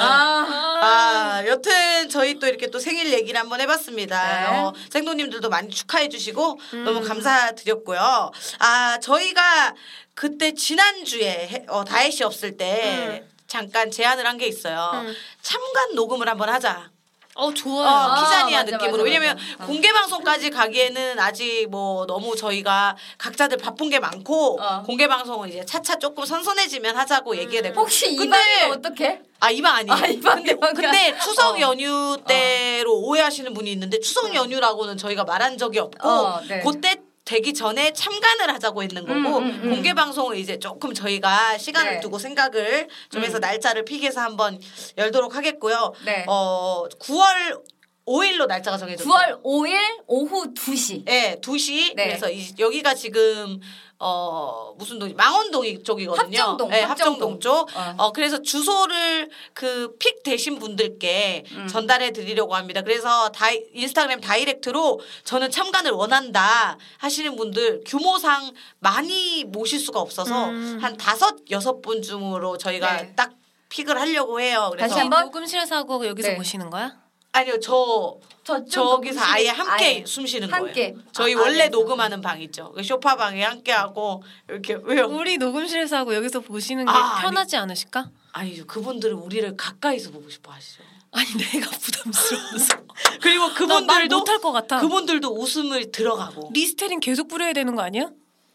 아.
아, 여튼 저희 또 이렇게 또 생일 얘기를 한번 해봤습니다.
네.
어, 생도님들도 많이 축하해주시고 너무 감사드렸고요. 아, 저희가 그때 지난주에 해- 어, 다혜 씨 없을 때 잠깐 제안을 한 게 있어요.
음.
참관 녹음을 한번 하자.
어 좋아요.
어,
아,
키자니아
맞아,
느낌으로.
맞아,
왜냐면
맞아. 어.
공개 방송까지 가기에는 아직 뭐 너무 저희가 각자들 바쁜 게 많고
어. 음.
공개 방송은 이제 차차 조금 선선해지면 하자고 얘기해 되고.
혹시
근데-
이방이 어떻게?
아 이방 아니에요.
아, 이방
근데,
이방이
근데
아니-
추석
어.
연휴 때로 오해하시는 분이 있는데 추석 연휴라고는 저희가 말한 적이 없고
어, 네.
그때 되기 전에 참관을 하자고 했는 거고
음, 음, 음.
공개 방송을 이제 조금 저희가 시간을
네. 음.
두고 생각을 좀 해서 날짜를 픽해서 한번 열도록 하겠고요.
네.
어 9월 5일로 날짜가 정해졌어요.
9월 5일 오후 2시.
네, 2시.
네.
그래서 이- 여기가 지금 어 무슨 동이 망원동이 쪽이거든요.
합정동,
네,
합정동.
합정동, 쪽.
어.
어. 그래서 주소를 그 픽 되신 분들께
음.
전달해 드리려고 합니다. 그래서 다이, 인스타그램 다이렉트로 저는 참관을 원한다 하시는 분들 규모상 많이 모실 수가 없어서 한 다섯 여섯 분쯤으로 저희가
음. 네.
딱 픽을 하려고 해요. 그래서
다시 한 번?
녹음실에서 하고 여기서
네.
모시는 거야?
아니요 저
저쪽
저기서
녹음실에
아예 함께
아예.
숨 쉬는
함께.
거예요. 저희
아,
원래
안에서.
녹음하는 방 있죠. 그 쇼파 방에 함께 하고 이렇게 왜요?
우리 녹음실에서 하고 여기서 보시는 게
아, 아니.
편하지 않으실까?
아니죠. 그분들은 우리를 가까이서 보고 싶어 하시죠.
아니 내가 부담스러워서
그리고
나말
그분들도
못할 것 같아.
그분들도 웃음을 들어가고
리스테린 계속 뿌려야 되는 거 아니야?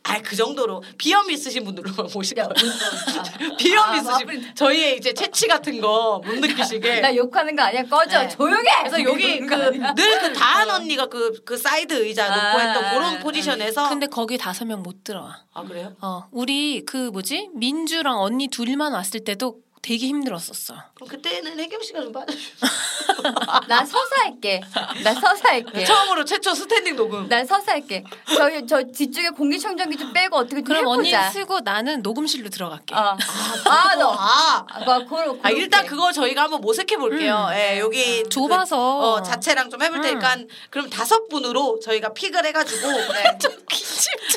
아그 정도로 비염 있으신 분들로만 보실
야,
거예요.
아,
비염
아,
있으신
마블.
저희의 이제 채취 같은 거 못 느끼시게
나 욕하는 거 아니야. 꺼져.
네.
조용해.
그래서 여기
이러는 거
그
아니야?
늘 그 다한 언니가 그 그 사이드 의자 놓고
아,
했던
아,
그런 포지션에서
근데 거기 다섯 명 못 들어와.
아 그래요?
어 우리 그 뭐지 민주랑 언니 둘만 왔을 때도 되게 힘들었었어.
그럼 그때는 혜경 씨가 좀 빠져주세요.
나 서서 할게. 나 서서 할게.
처음으로 최초 스탠딩 녹음.
나 서서 할게. 저희 저 뒤쪽에 공기청정기 좀 빼고 어떻게 좀
그럼 언니
해보자.
쓰고 나는 녹음실로 들어갈게.
어. 아,
어,
너.
아.
아, 그거 고로.
아, 일단 그거 저희가 한번 모색해 볼게요.
음.
네,
예, 여기
좁아서.
그, 어, 자체랑 좀 해볼 테니까
음.
그럼 다섯 분으로 저희가 픽을 해가지고 네.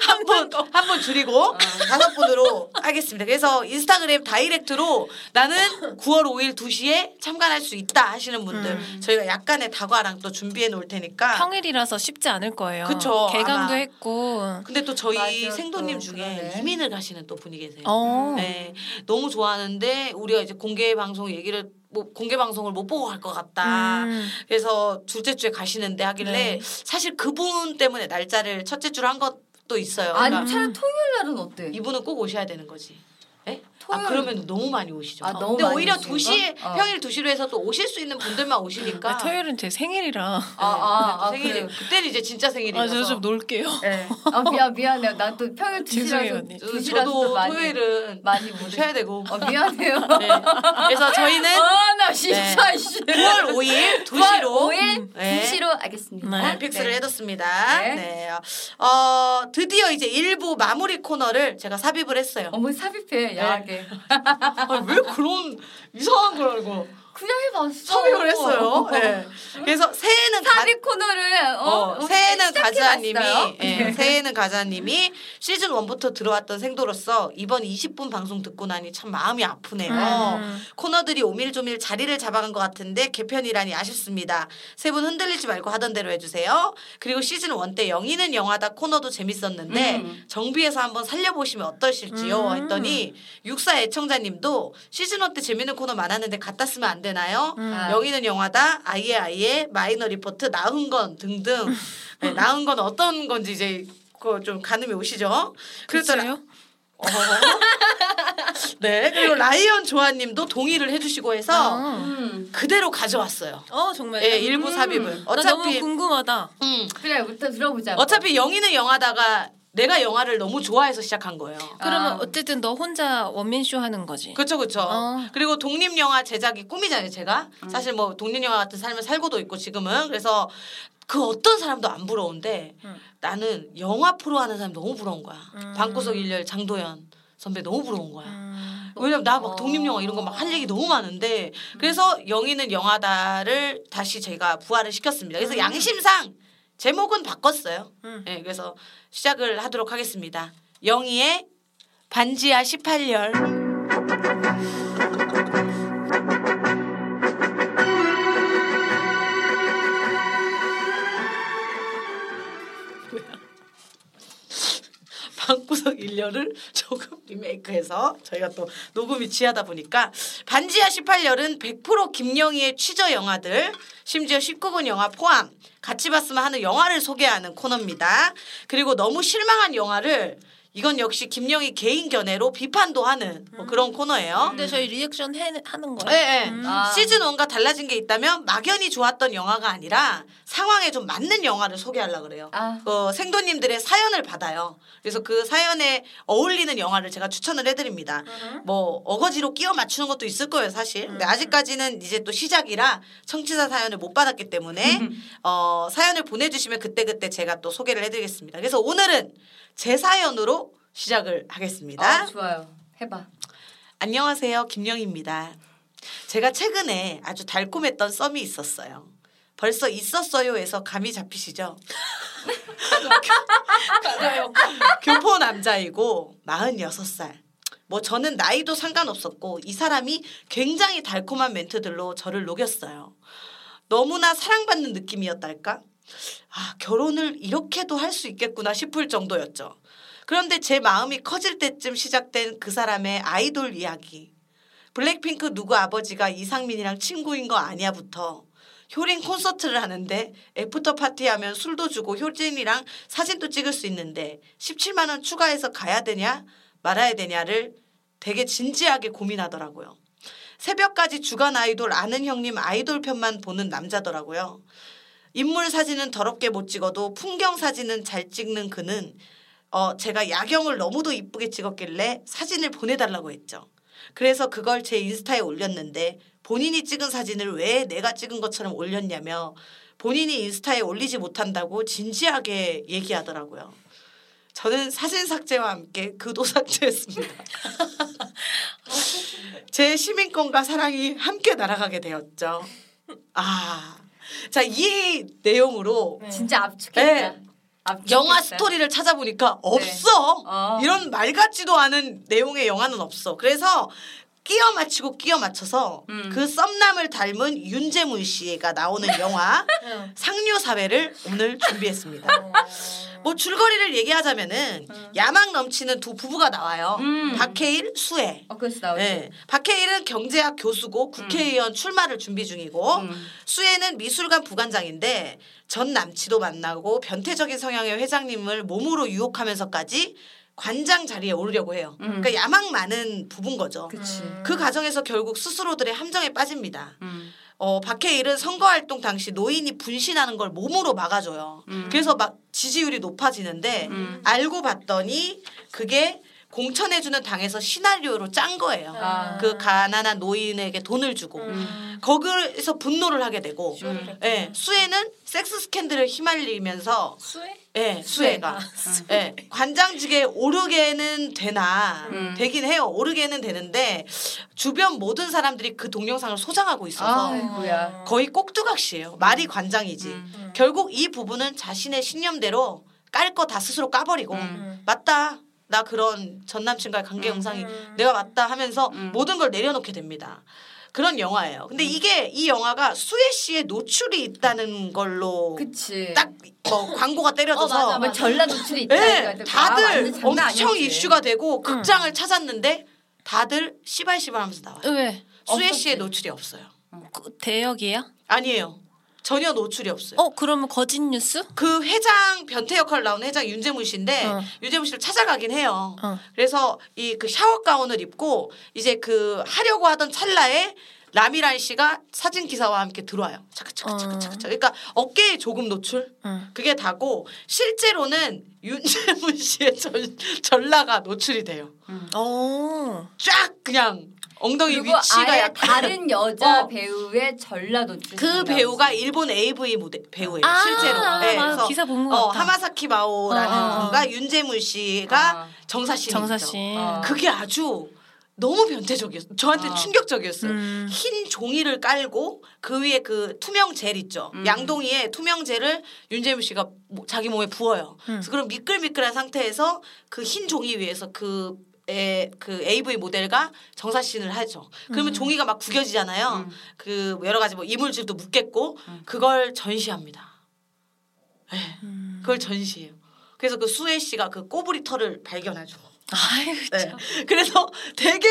한분한 분 줄이고
어.
다섯 분으로 하겠습니다. 그래서 인스타그램 다이렉트로 나는 9월 5일 2시에 참관할 수 있다 하시는 분들
음.
저희가 약간의 다과랑 또 준비해 놓을 테니까.
평일이라서 쉽지 않을 거예요.
그쵸,
개강도
아마. 네.
했고.
근데 또 저희
맞아,
생도님
또
중에
그러네.
이민을 가시는 또 분이 계세요.
어.
네, 너무 좋아하는데 우리가 이제 공개 방송 얘기를 뭐 공개 방송을 못 보고 갈 것 같다.
음.
그래서 둘째 주에 가시는데 하길래
네.
사실 그분 때문에 날짜를 첫째 주로 한 것도 있어요. 그러니까
아니, 차라리 토요일 날은 어때?
이분은 꼭 오셔야 되는 거지. 예? 아
토요일-
그러면 너무 많이 오시죠.
아, 너무
근데
많이
오히려
오시는
2시
거? 어.
평일 2시로 해서 또 오실 수 있는 분들만 오시니까
아, 토요일은 제 생일이라.
아, 아, 아,
네. 생일이
그래.
그때는 이제 진짜
아, 저
생일이라서
좀 놀게요.
네. 아, 미안, 미안해요. 난 또 평일
죄송해요,
2시라서.
언니.
저-
2시라서
저도
많이.
토요일은
많이 못
쉬어야 되고
어, 미안해요.
네. 그래서 저희는
아, 나 진짜, 씨. 뭐,
9월 5일 2시로
5일
네.
2시로 알겠습니다.
네,
픽스를
네.
해뒀습니다.
네.
네. 어, 드디어 이제 일부 마무리 코너를 제가 삽입을 했어요.
어머 삽입해 야하게.
아, 왜 그런 이상한 걸 알고.
그냥 해봤어.
섭외를 했어요. 네. 그래서 새해는 가,
사비 코너를 어,
어, 새해는 가자님이
시작해봤어요.
예, 새해는 가자님이 시즌 1부터 들어왔던 생도로서 이번 20분 방송 듣고 나니 참 마음이 아프네요.
음.
코너들이 오밀조밀 자리를 잡아간 것 같은데 개편이라니 아쉽습니다. 세 분 흔들리지 말고 하던 대로 해주세요. 그리고 시즌 1 때 영희는 영화다 코너도 재밌었는데
음.
정비해서 한번 살려보시면 어떠실지요?
음.
했더니 육사 애청자님도 시즌 1 때 재밌는 코너 많았는데 갖다 쓰면 안 되나요?
음.
아,
영희는 영화다, 아이의 아이의 마이너 리포트, 나은 건 등등. 네, 나은 건 어떤 건지 이제 그거 좀 가늠이 오시죠? 그랬더니
글쎄요?
어. 네 그리고 라이언 조아님도 동의를 해주시고 해서
어.
음.
그대로 가져왔어요.
어 정말.
예, 일부
나
삽입을.
너무
어차피
궁금하다.
음,
그래 일단 들어보자.
어차피 영희는 영화다가 내가 영화를 너무 좋아해서 시작한 거예요.
그러면
아.
어쨌든 너 혼자 원맨 쇼 하는 거지.
그렇죠, 그렇죠.
어. 음.
그리고 독립 영화 제작이 꿈이잖아요, 제가. 사실 뭐 독립 영화 같은 삶을 살고도 있고 지금은 그래서 그 어떤 사람도 안 부러운데
음.
나는 영화 프로 하는 사람 너무 부러운 거야.
음.
방구석 일렬 장도연 선배 너무 부러운 거야.
음.
왜냐면 나 막
어.
독립 영화 이런 거 막 할 얘기 너무 많은데 그래서 영희는 영화다를 다시 제가 부활을 시켰습니다. 그래서 양심상 제목은 바꿨어요.
음.
네, 그래서 시작을 하도록 하겠습니다. 영희의 반지하 18열. 방구석 일렬을 조금 리메이크해서 저희가 또 녹음이 지하다 보니까 반지하 18열은 100% 김영희의 취저 영화들 심지어 19금 영화 포함 같이 봤으면 하는 영화를 소개하는 코너입니다. 그리고 너무 실망한 영화를 이건 역시 김영희 개인 견해로 비판도 하는 뭐 그런 코너예요.
근데 저희 리액션 해, 하는 거예요.
예,
음.
예.
아.
시즌 1과 달라진 게 있다면 막연히 좋았던 영화가 아니라 상황에 좀 맞는 영화를 소개하려고 그래요.
아.
어, 생도님들의 사연을 받아요. 그래서 그 사연에 어울리는 영화를 제가 추천을 해드립니다.
음.
뭐 어거지로 끼워 맞추는 것도 있을 거예요, 사실. 근데 아직까지는 이제 또 시작이라 청취자 사연을 못 받았기 때문에 어, 사연을 보내주시면 그때그때 제가 또 소개를 해드리겠습니다. 그래서 오늘은 제 사연으로 시작을 하겠습니다.
어, 좋아요. 해봐.
안녕하세요. 김영입니다. 제가 최근에 아주 달콤했던 썸이 있었어요. 벌써 있었어요에서 감이 잡히시죠? 맞아요. 교포 남자이고 46살. 뭐 저는 나이도 상관없었고 이 사람이 굉장히 달콤한 멘트들로 저를 녹였어요. 너무나 사랑받는 느낌이었달까? 아, 결혼을 이렇게도 할 수 있겠구나 싶을 정도였죠. 그런데 제 마음이 커질 때쯤 시작된 그 사람의 아이돌 이야기. 블랙핑크 누구 아버지가 이상민이랑 친구인 거 아니야부터 효린 콘서트를 하는데 애프터 파티하면 술도 주고 효진이랑 사진도 찍을 수 있는데 17만 원 추가해서 가야 되냐 말아야 되냐를 되게 진지하게 고민하더라고요. 새벽까지 주간 아이돌 아는 형님 아이돌 편만 보는 남자더라고요. 인물 사진은 더럽게 못 찍어도 풍경 사진은 잘 찍는 그는 어, 제가 야경을 너무도 이쁘게 찍었길래 사진을 보내달라고 했죠. 그래서 그걸 제 인스타에 올렸는데 본인이 찍은 사진을 왜 내가 찍은 것처럼 올렸냐며 본인이 인스타에 올리지 못한다고 진지하게 얘기하더라고요. 저는 사진 삭제와 함께 그도 삭제했습니다. 제 시민권과 사랑이 함께 날아가게 되었죠. 아, 자, 이 내용으로
진짜 압축했다.
네.
압축했다.
영화 스토리를 찾아보니까 없어.
어.
이런 말 같지도 않은 내용의 영화는 없어. 그래서 끼어 맞추고 끼어 맞춰서 그 썸남을 닮은 윤재문 씨가 나오는 영화
응.
상류 사회를 오늘 준비했습니다. 뭐 줄거리를 얘기하자면은 야망 넘치는 두 부부가 나와요.
음.
박해일, 수혜.
어, 그래서 나오지.
네. 박해일은 경제학
음.
교수고 국회의원 출마를 준비 중이고 수혜는 미술관 부관장인데 전 남치도 만나고 변태적인 성향의 회장님을 몸으로 유혹하면서까지 관장 자리에 오르려고 해요. 그러니까 야망 많은 부부인 거죠.
음. 그치.
그 과정에서 결국 스스로들의 함정에 빠집니다.
음.
어, 박해일은 선거활동 당시 노인이 분신하는 걸 몸으로 막아줘요. 그래서 막 지지율이 높아지는데 알고 봤더니 그게 공천해주는 당에서 시나리오로 짠 거예요.
아.
그 가난한 노인에게 돈을 주고
음.
거기에서 분노를 하게 되고
쇼를
예, 수혜는 섹스 스캔들을 휘말리면서
수혜?
예, 수혜가
어.
예, 관장직에 오르게는 되나
음.
되긴 해요. 오르게는 되는데 주변 모든 사람들이 그 동영상을 소장하고 있어서
아이고야.
거의 꼭두각시예요. 말이 관장이지.
음.
음.
결국 이 부분은 자신의 신념대로 깔 거 다 스스로 까버리고
음.
맞다. 나 그런 전 남친과의 관계 영상이 내가 맞다 하면서
음.
모든 걸 내려놓게 됩니다. 그런 영화예요. 근데 이게 이 영화가 수혜 씨의 노출이 있다는 걸로
그치.
딱 뭐 광고가 때려져서
어, 맞아,
뭐 전라 노출이
예,
있다니까. 아,
다들
완전 장난
엄청
아니지.
이슈가 되고 극장을 찾았는데 다들 시발시발하면서 나와요.
어. 왜?
어,
수혜 씨의 노출이 없어요.
그 대역이에요?
아니에요. 전혀 노출이 없어요.
어 그러면 거짓 뉴스?
그 회장 변태 역할 나온 회장 윤재문 씨인데
어.
윤재문 씨를 찾아가긴 해요.
어.
그래서 이 그 샤워 가운을 입고 이제 그 하려고 하던 찰나에 라미란 씨가 사진 기사와 함께 들어와요.
어.
차크차크차크차크. 그러니까 어깨에 조금 노출.
응.
그게 다고 실제로는 윤재문 씨의 전, 전라가 노출이 돼요.
어.
쫙 그냥 엉덩이
그리고
위치가
아예
약간
다른 여자
어.
배우의 전라 노출.
그 배우가 일본 AV 모델 배우예요.
아,
실제로. 네,
맞아.
그래서
기사 본것
어,
같다.
하마사키
어,
마오라는
어, 어.
분과 윤재문 씨가
아.
정사 씨.
정사 씨.
어.
그게 아주 너무 변태적이었어요. 저한테
아.
충격적이었어요.
음.
흰 종이를 깔고 그 위에 그 투명 젤 있죠. 양동이에 투명 젤을 윤재문 씨가 모- 자기 몸에 부어요. 그래서 그런 미끌미끌한 상태에서 그 흰 종이 위에서 그 에, 그 AV 모델과 정사신을 하죠. 그러면 종이가 막 구겨지잖아요. 그 여러 가지 뭐 이물질도 묻겠고 그걸 전시합니다. 예, 그걸 전시해요. 그래서 그 수혜 씨가 그 꼬부리 털을 발견하죠.
아유
네. 그래서 되게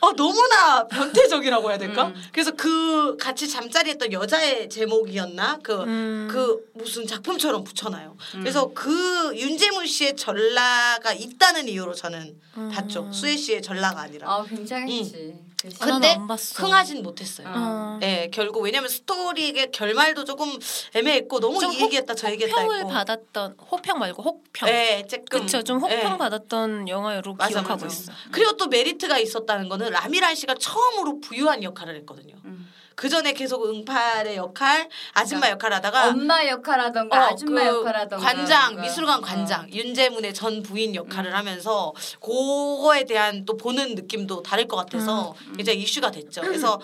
어, 너무나 변태적이라고 해야 될까?
음.
그래서 그 같이 잠자리했던 여자의 제목이었나 그.
음.
그 무슨 작품처럼 붙여놔요. 그래서 그 윤재문 씨의 전라가 있다는 이유로 저는
음.
봤죠. 수혜 씨의 전라가 아니라.
아 굉장했지.
아,
그래서
난
근데
안 봤어.
흥하진 못했어요.
어.
예, 결국 왜냐면 스토리의 결말도 조금 애매했고 너무
좀
이 얘기했다 저 얘기했다
호평을
했고.
받았던 호평 말고 혹평.
예, 조금.
그쵸 좀
예.
혹평 받았던 영화로
맞아,
기억하고
맞아.
있어.
음.
그리고 또 메리트가 있었다는 거는 라미란 씨가 처음으로 부유한 역할을 했거든요.
음. 그러니까
그 전에 계속 응팔의 역할, 아줌마 역할 하다가
엄마 역할하던가
어,
아줌마
그
역할하던가 어.
관장,
뭔가.
미술관 관장, 윤재문의 전 부인
음.
역할을 하면서 그거에 대한 또 보는 느낌도 다를 것 같아서
음,
이제 이슈가 됐죠. 그래서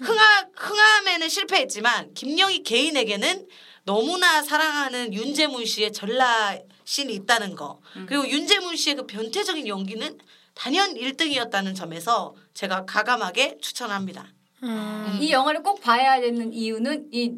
흥하, 흥함에는 실패했지만 김영희 개인에게는 너무나 사랑하는 윤재문 씨의 전라 신이 있다는 거
음.
그리고 윤재문 씨의 그 변태적인 연기는 단연 1등이었다는 점에서 제가 가감하게 추천합니다.
음.
어.
음.
이 영화를 꼭 봐야 되는 이유는 이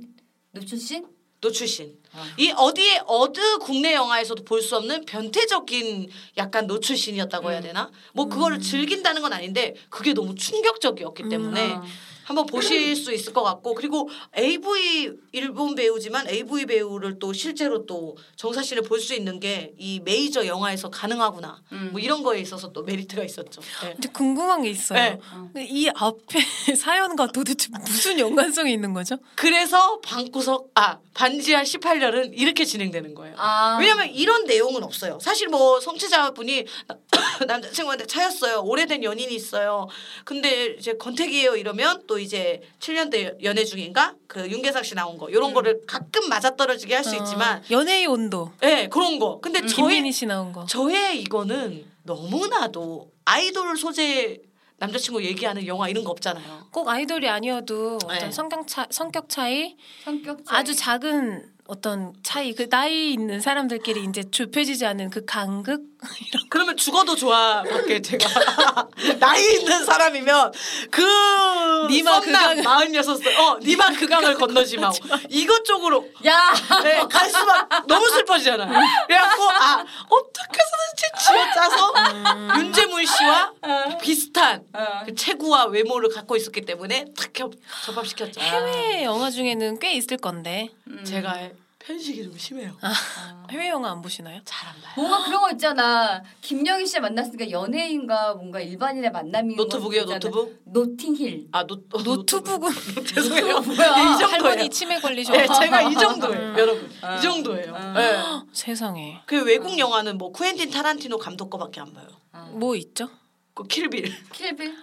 노출신
노출신. 이 어디에 어느 국내 영화에서도 볼 수 없는 변태적인 약간 노출신이었다고 해야 되나? 뭐 그거를 즐긴다는 건 아닌데 그게 너무 충격적이었기 때문에
어.
한번 보실 수 있을 것 같고 그리고 AV 일본 배우지만 AV 배우를 또 실제로 또 정사 씨를 볼 수 있는 게 이 메이저 영화에서 가능하구나. 뭐 이런 거에 있어서 또 메리트가 있었죠. 네.
근데 궁금한 게 있어요.
네.
근데 이 앞에 사연과 도대체 무슨 연관성이 있는 거죠?
그래서 방구석 아 반지하 18년은 이렇게 진행되는 거예요.
아
왜냐면 이런 내용은 없어요. 사실 뭐 성취자분이 남자친구한테 차였어요. 오래된 연인이 있어요. 근데 이제 건택이에요 이러면 또 이제 7년 대 연애 중인가 그 윤계상 씨 나온 거
음.
이런 거를 가끔 맞아떨어지게 할 수 있지만
어, 연애의 온도.
예 그런 거. 근데
음, 김민희
저의
씨 나온 거.
저의 이거는 너무나도 아이돌 소재 남자친구 얘기하는 영화 이런 거 없잖아요.
꼭 아이돌이 아니어도
네.
어떤 성격 차 성격 차이
성격
아주 작은 어떤 차이 그 나이 있는 사람들끼리 이제 좁혀지지 않은 그 간극
그러면 죽어도 좋아밖에 제가 나이 있는 사람이면 그
니마
성남
그강.
46살 어 니마 그강을 건너지 마고 이것 쪽으로
야
네, 갈 수만 너무 슬퍼지잖아요. 그래갖고 아 어떻게 해서든지 쥐어짜서 윤재문 씨와 비슷한
어.
그 체구와 외모를 갖고 있었기 아, 때문에 탁 겹- 접합시켰죠.
해외 영화 중에는 꽤 있을 건데
제가 편식이 좀 심해요.
해외 영화 안 보시나요?
음. 잘 안 봐요.
뭔가 그런 거 있잖아. 김영희 씨 만났으니까 연예인과 뭔가 일반인의 만남인
노트북이요,
거 있잖아.
노트북.
노팅힐.
아, 노, 어,
노트북은
죄송해요. 네,
뭐야?
이 정도예요.
할머니 치매 걸리셔.
네, 제가 이 정도예요,
음.
여러분.
아.
이 정도예요.
아.
네.
세상에
그 외국 영화는 뭐 쿠엔틴 타란티노 감독 거밖에 안 봐요.
아,
뭐 있죠?
그 킬빌,
킬빌.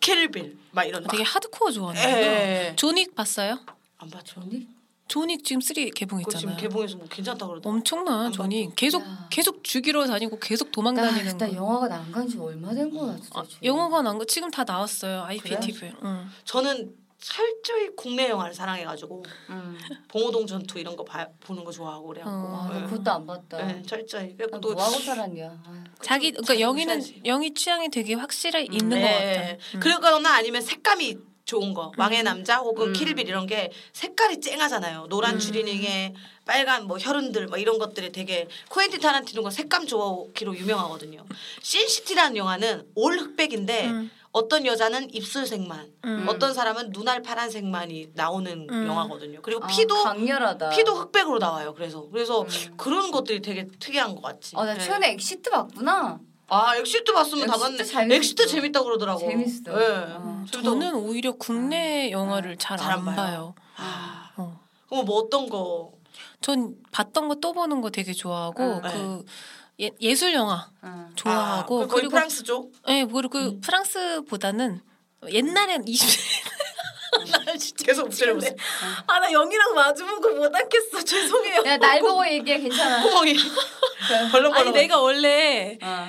킬빌 막 이런.
되게 하드코어 좋아하는구나.
예.
존윅 봤어요?
안 봤죠.
언니?
존윅 지금 3
그거 지금
개봉했잖아요.
개봉해서 뭐 괜찮다 그러더라고.
엄청나
안 아.
존윅 계속
야.
계속 죽이러 다니고 계속 도망
나
다니는
진짜
거.
영화관 안 간 지 얼마 된 거야, 진짜.
아,
지금.
영어가 난거 지금 다 나왔어요. IPTV. 응.
저는 철저히 국내 영화를 사랑해가지고
음.
봉호동 전투 이런 거 봐, 보는 거 좋아하고 그래갖고.
아,
예.
나 그것도 안 봤다.
네, 철저히.
나
그리고 또
뭐하고 살았냐. 아,
자기 그러니까
잘
영희는
무시하지.
영희 취향이 되게 확실히 있는
네.
것 같아요. 음.
그러거나 아니면 색감이 좋은 거 왕의 남자 혹은
음.
킬빌 이런 게 색깔이 쨍하잖아요. 노란
음.
주리닝에 빨간 뭐 혈흔들 뭐 이런 것들이 되게 코엔틴 타란티노가 색감 좋아하기로 유명하거든요. 신시티라는 영화는 올 흑백인데
음.
어떤 여자는 입술색만
음.
어떤 사람은 눈알 파란색만이 나오는
음.
영화거든요. 그리고
아,
피도
강렬하다.
피도 흑백으로 나와요. 그래서 그래서
음.
그런 것들이 되게 특이한 것 같지.
어,
아, 나
네.
최근에 엑시트 봤구나.
아 엑시트 봤으면 다
엑시트
봤네.
재밌었어.
엑시트 재밌다 그러더라고.
재밌어.
예.
어.
재밌다고.
저는 오히려 국내 영화를 잘
음, 네. 잘안
안
봐요.
봐요.
아,
어.
그럼 뭐 어떤 거?
전 봤던 거 또 보는 거 되게 좋아하고
음,
아.
네.
그 예, 예술 영화
어.
좋아하고
아, 거의
그리고
프랑스 음. 쪽.
예 그리고 프랑스보다는 옛날엔 20대
계속 붙여보세요.
뭐 아나 영희랑 마주보고 못 앉겠어 죄송해요.
야, 날 보고 얘기해, 괜찮아.
구멍이
아니
벌렁벌렁.
내가 원래
어.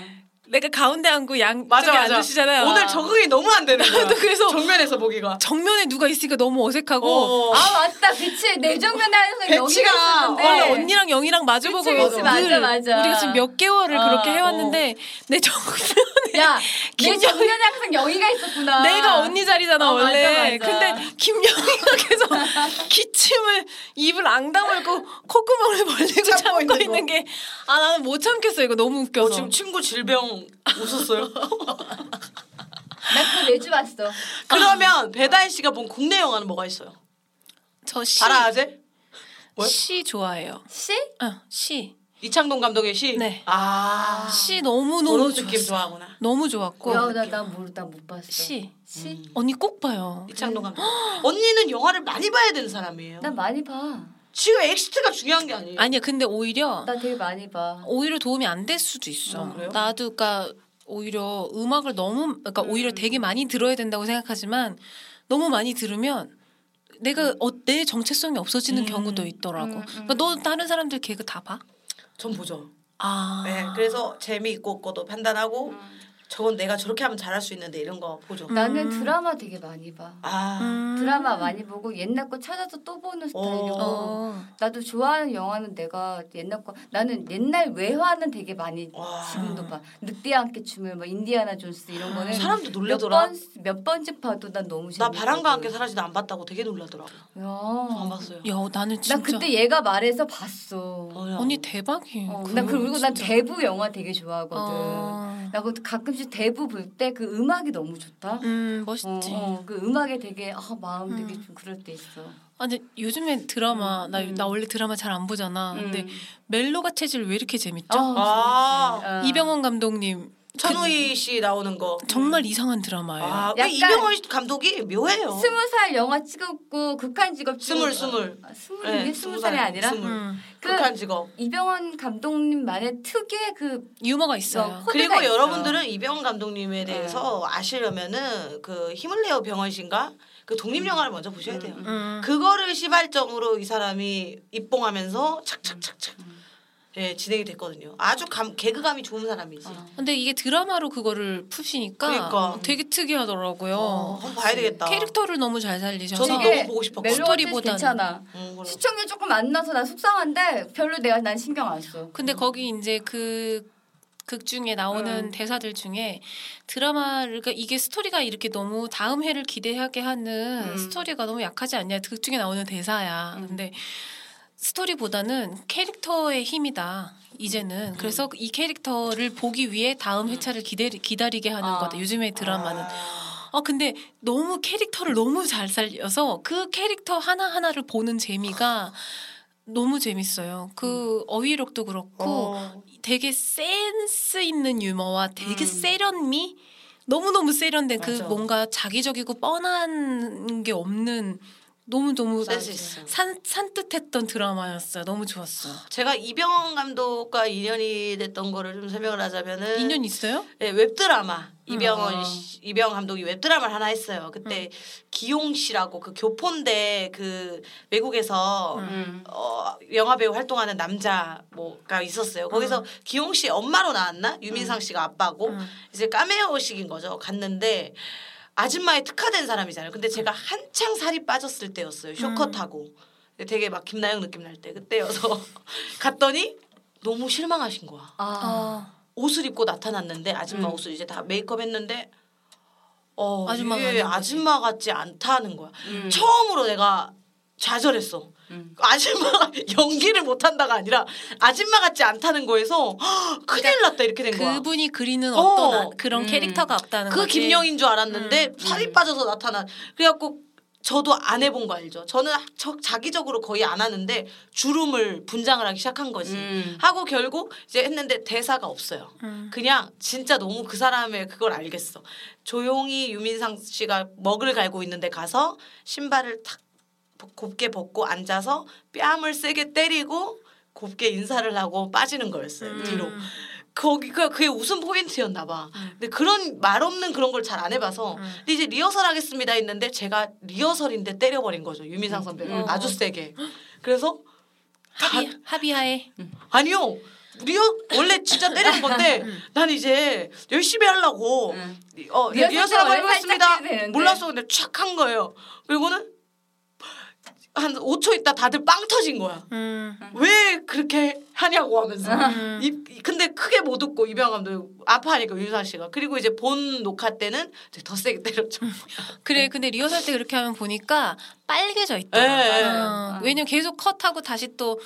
내가 가운데 앉고 양쪽에
맞아 맞아.
앉으시잖아요.
오늘 적응이 너무 안 되는 거야.
나도 그래서-
정면에서 보기가.
정면에 누가 있으니까 너무 어색하고
어.
아 맞다 그치 내 정면에 항상 여기
배치가,
있었는데
어,
네. 원래 언니랑 영희랑 마주보고
네. 그치, 그치, 맞아,
늘
맞아.
우리가 지금 몇 개월을
어,
그렇게 해왔는데 내 정면에
야내
김정은-
정면에 항상 여기가 있었구나
내가 언니 자리잖아
어,
원래.
맞아, 맞아.
근데 김영희가 계속 기침을 입을 앙다물고 콧구멍을 벌리고 참고 있는, 게 아 나는 못 참겠어 이거 너무
어,
웃겨서.
지금 친구 질병 웃었어요.
나그 매주 봤어
그러면 배다혜 씨가 본 국내 영화는 뭐가 있어요?
저시
바라 아재? 뭐요?
시 좋아해요.
씨
어, 시.
이창동 감독의 시.
네.
아.
시 너무
그런
너무
느낌
좋았어.
좋아하구나.
너무 좋았고
야나나못나못 봤어
시
씨?
음.
언니 꼭 봐요.
이창동 감독. 언니는 영화를 많이 봐야 되는 사람이에요.
난 많이 봐나
지금 엑시트가 중요한 게 아니에요.
아니야 근데 오히려
되게 많이 봐
음.
오히려 도움이 안 될 수도 있어.
아, 그래요?
나도 그니까 오히려 음악을 너무 그러니까 오히려 되게 많이 들어야 된다고 생각하지만 너무 많이 들으면 내가 어, 내 정체성이 없어지는
음.
경우도 있더라고.
음, 음.
그러니까 너 다른 사람들 개그 다 봐?
전 보죠.
아.
네, 그래서 재미있고 없고도 판단하고 저건 내가 저렇게 하면 잘할 수 있는데 이런 거 보죠.
나는
음.
드라마 되게 많이 봐
아,
음.
드라마 많이 보고 옛날 거 찾아서 또 보는 스타일이고
어.
나도 좋아하는 영화는 내가 옛날 거 나는 옛날 외화는 되게 많이
와.
지금도 봐 늑대와 함께 춤을 막 인디아나 존스 이런 거는
사람도 놀래더라.
음. 몇번몇 번쯤 봐도 난 너무
나
재밌어
바람과 함께 사라지도 안 봤다고 되게 놀라더라고.
어.
안
야.
봤어요.
야 나는
나
진짜
그때 얘가 말해서 봤어. 어,
어야.
언니 대박이에요.
나 어.
그거
그리고 난
진짜.
대부 영화 되게 좋아하거든.
아.
나그 가끔씩 대부 볼 때 그 음악이 너무 좋다.
음
어,
멋있지.
어, 그 음악에 되게 아 마음 되게
음.
좀 그럴 때 있어.
아 근데 요즘에 드라마 나,
음.
나 원래 드라마 잘 안 보잖아. 근데
음.
멜로가 체질 왜 이렇게 재밌죠?
아,
아, 재밌지. 어.
이병헌 감독님
천우희 씨 나오는 거.
정말 이상한 드라마예요.
아,
약간-
왜 이병헌 감독이 묘해요.
스무 살 영화 찍었고 극한 직업
스물
찍었고.
스물.
아, 스물
네,
이게
스무
스무 살이
살,
아니라
스물.
음.
그-
극한 직업.
이병헌 감독님만의 특유의 그
유머가 있어요.
코드가 네.
그리고
있어.
여러분들은 이병헌 감독님에 대해서 아시려면은 그 힘을 내어 병원신가 그 독립 영화를 먼저 보셔야 돼요.
음.
그거를 시발점으로 이 사람이 입봉하면서 착착착착
음.
예 진행이 됐거든요. 아주 감 개그감이 좋은 사람이지.
어.
근데 이게 드라마로 그거를 푸시니까
그러니까.
되게 특이하더라고요.
어, 한번 봐야 되겠다.
캐릭터를 너무 잘 살리셔서
저도
되게
너무 보고 싶었고.
멜로디보다는
스토리보다는.
괜찮아.
음, 뭐 그래.
시청률 조금 안 나서 나 속상한데 별로 내가 난 신경 안 써.
근데 거기 이제 그 극 중에 나오는
음.
대사들 중에 드라마를 그러니까 이게 스토리가 이렇게 너무 다음 회를 기대하게 하는
음.
스토리가 너무 약하지 않냐 극 중에 나오는 대사야.
음.
근데 스토리보다는 캐릭터의 힘이다.
음.
이제는 그래서 이 캐릭터를 보기 위해 다음 회차를 기다리, 기다리게 하는
아.
거다. 요즘의 드라마는.
아,
아 근데 너무 캐릭터를 너무 잘 살려서 그 캐릭터 하나 하나를 보는 재미가 너무 재밌어요. 그 어휘력도 그렇고
음. 어.
되게 센스 있는 유머와 되게
음.
세련미 너무너무 세련된 그
맞아.
뭔가 자기적이고 뻔한 게 없는 너무너무
센스 있어.
산, 산뜻했던 드라마였어요. 너무 좋았어요.
제가 이병헌 감독과 인연이 됐던 거를 좀 설명을 하자면은
인연 있어요?
네, 웹드라마
음,
이병헌
어.
아.
씨- 이병헌 감독이 웹드라마를 하나 했어요. 그때
음.
기용 씨라고 그 교포인데 그 외국에서
음.
어, 영화 배우 활동하는 남자 뭐가 있었어요. 거기서 기용 씨 엄마로 나왔나? 유민상 씨가 아빠고
음.
이제 까메오식인 거죠. 갔는데 아줌마에 특화된 사람이잖아요. 근데
음.
제가 한창 살이 빠졌을 때였어요. 쇼컷하고 되게 막 김나영 느낌 날 때 그때여서 갔더니 너무 실망하신 거야.
아,
아,
옷을 입고 나타났는데 아줌마 옷을 이제 다 메이크업 했는데 어
아줌마
이게
같은 거지.
아줌마 같지 않다는 거야.
음.
처음으로 내가 좌절했어.
음.
아줌마가 연기를 못한다가 아니라 아줌마 같지 않다는 거에서 헉, 큰일 났다 이렇게 된 거야.
그분이 그리는
네. 어.
어떤 아- 그런
음.
캐릭터가 없다는
그
거지.
김영인 줄 알았는데 살이 빠져서 나타난 그래갖고 저도 안 해본 거 알죠 저는 저- 자기적으로 거의 안 하는데 주름을 분장을 하기 시작한 거지
음.
하고 결국 이제 했는데 대사가 없어요
음.
그냥 진짜 너무 그 사람의 그걸 알겠어 조용히 유민상 씨가 먹을 갈고 있는데 가서 신발을 탁 곱게 벗고 앉아서 뺨을 세게 때리고 곱게 인사를 하고 빠지는 거였어요 뒤로
음.
거기가 그게 웃음 포인트였나 봐. 근데 그런 말 없는 그런 걸 잘 안 해봐서
음.
근데 이제 리허설 하겠습니다 했는데 제가 리허설인데 때려버린 거죠 유민상 선배가
음.
아주 세게. 그래서
합의, 합의하에
아니요 리허 원래 진짜 때리는 건데 난 이제 열심히 하려고
음.
어
리허설
리허설 한번
원래 살짝
해보겠습니다.
때려도 되는데.
몰랐어 근데 촥 한 거예요. 그리고는 한 5초 있다 다들 빵 터진 거야.
음.
왜 그렇게 하냐고 하면서
아,
이, 이- 근데 크게 못 웃고 이병 감독 아파하니까 윤상 씨가 그리고 이제 본 녹화 때는 이제 더 세게 때렸죠.
그래 근데 리허설 때 그렇게 하면 보니까 빨개져
예, 예.
있더라. 어, 왜냐면 계속 컷하고 다시 또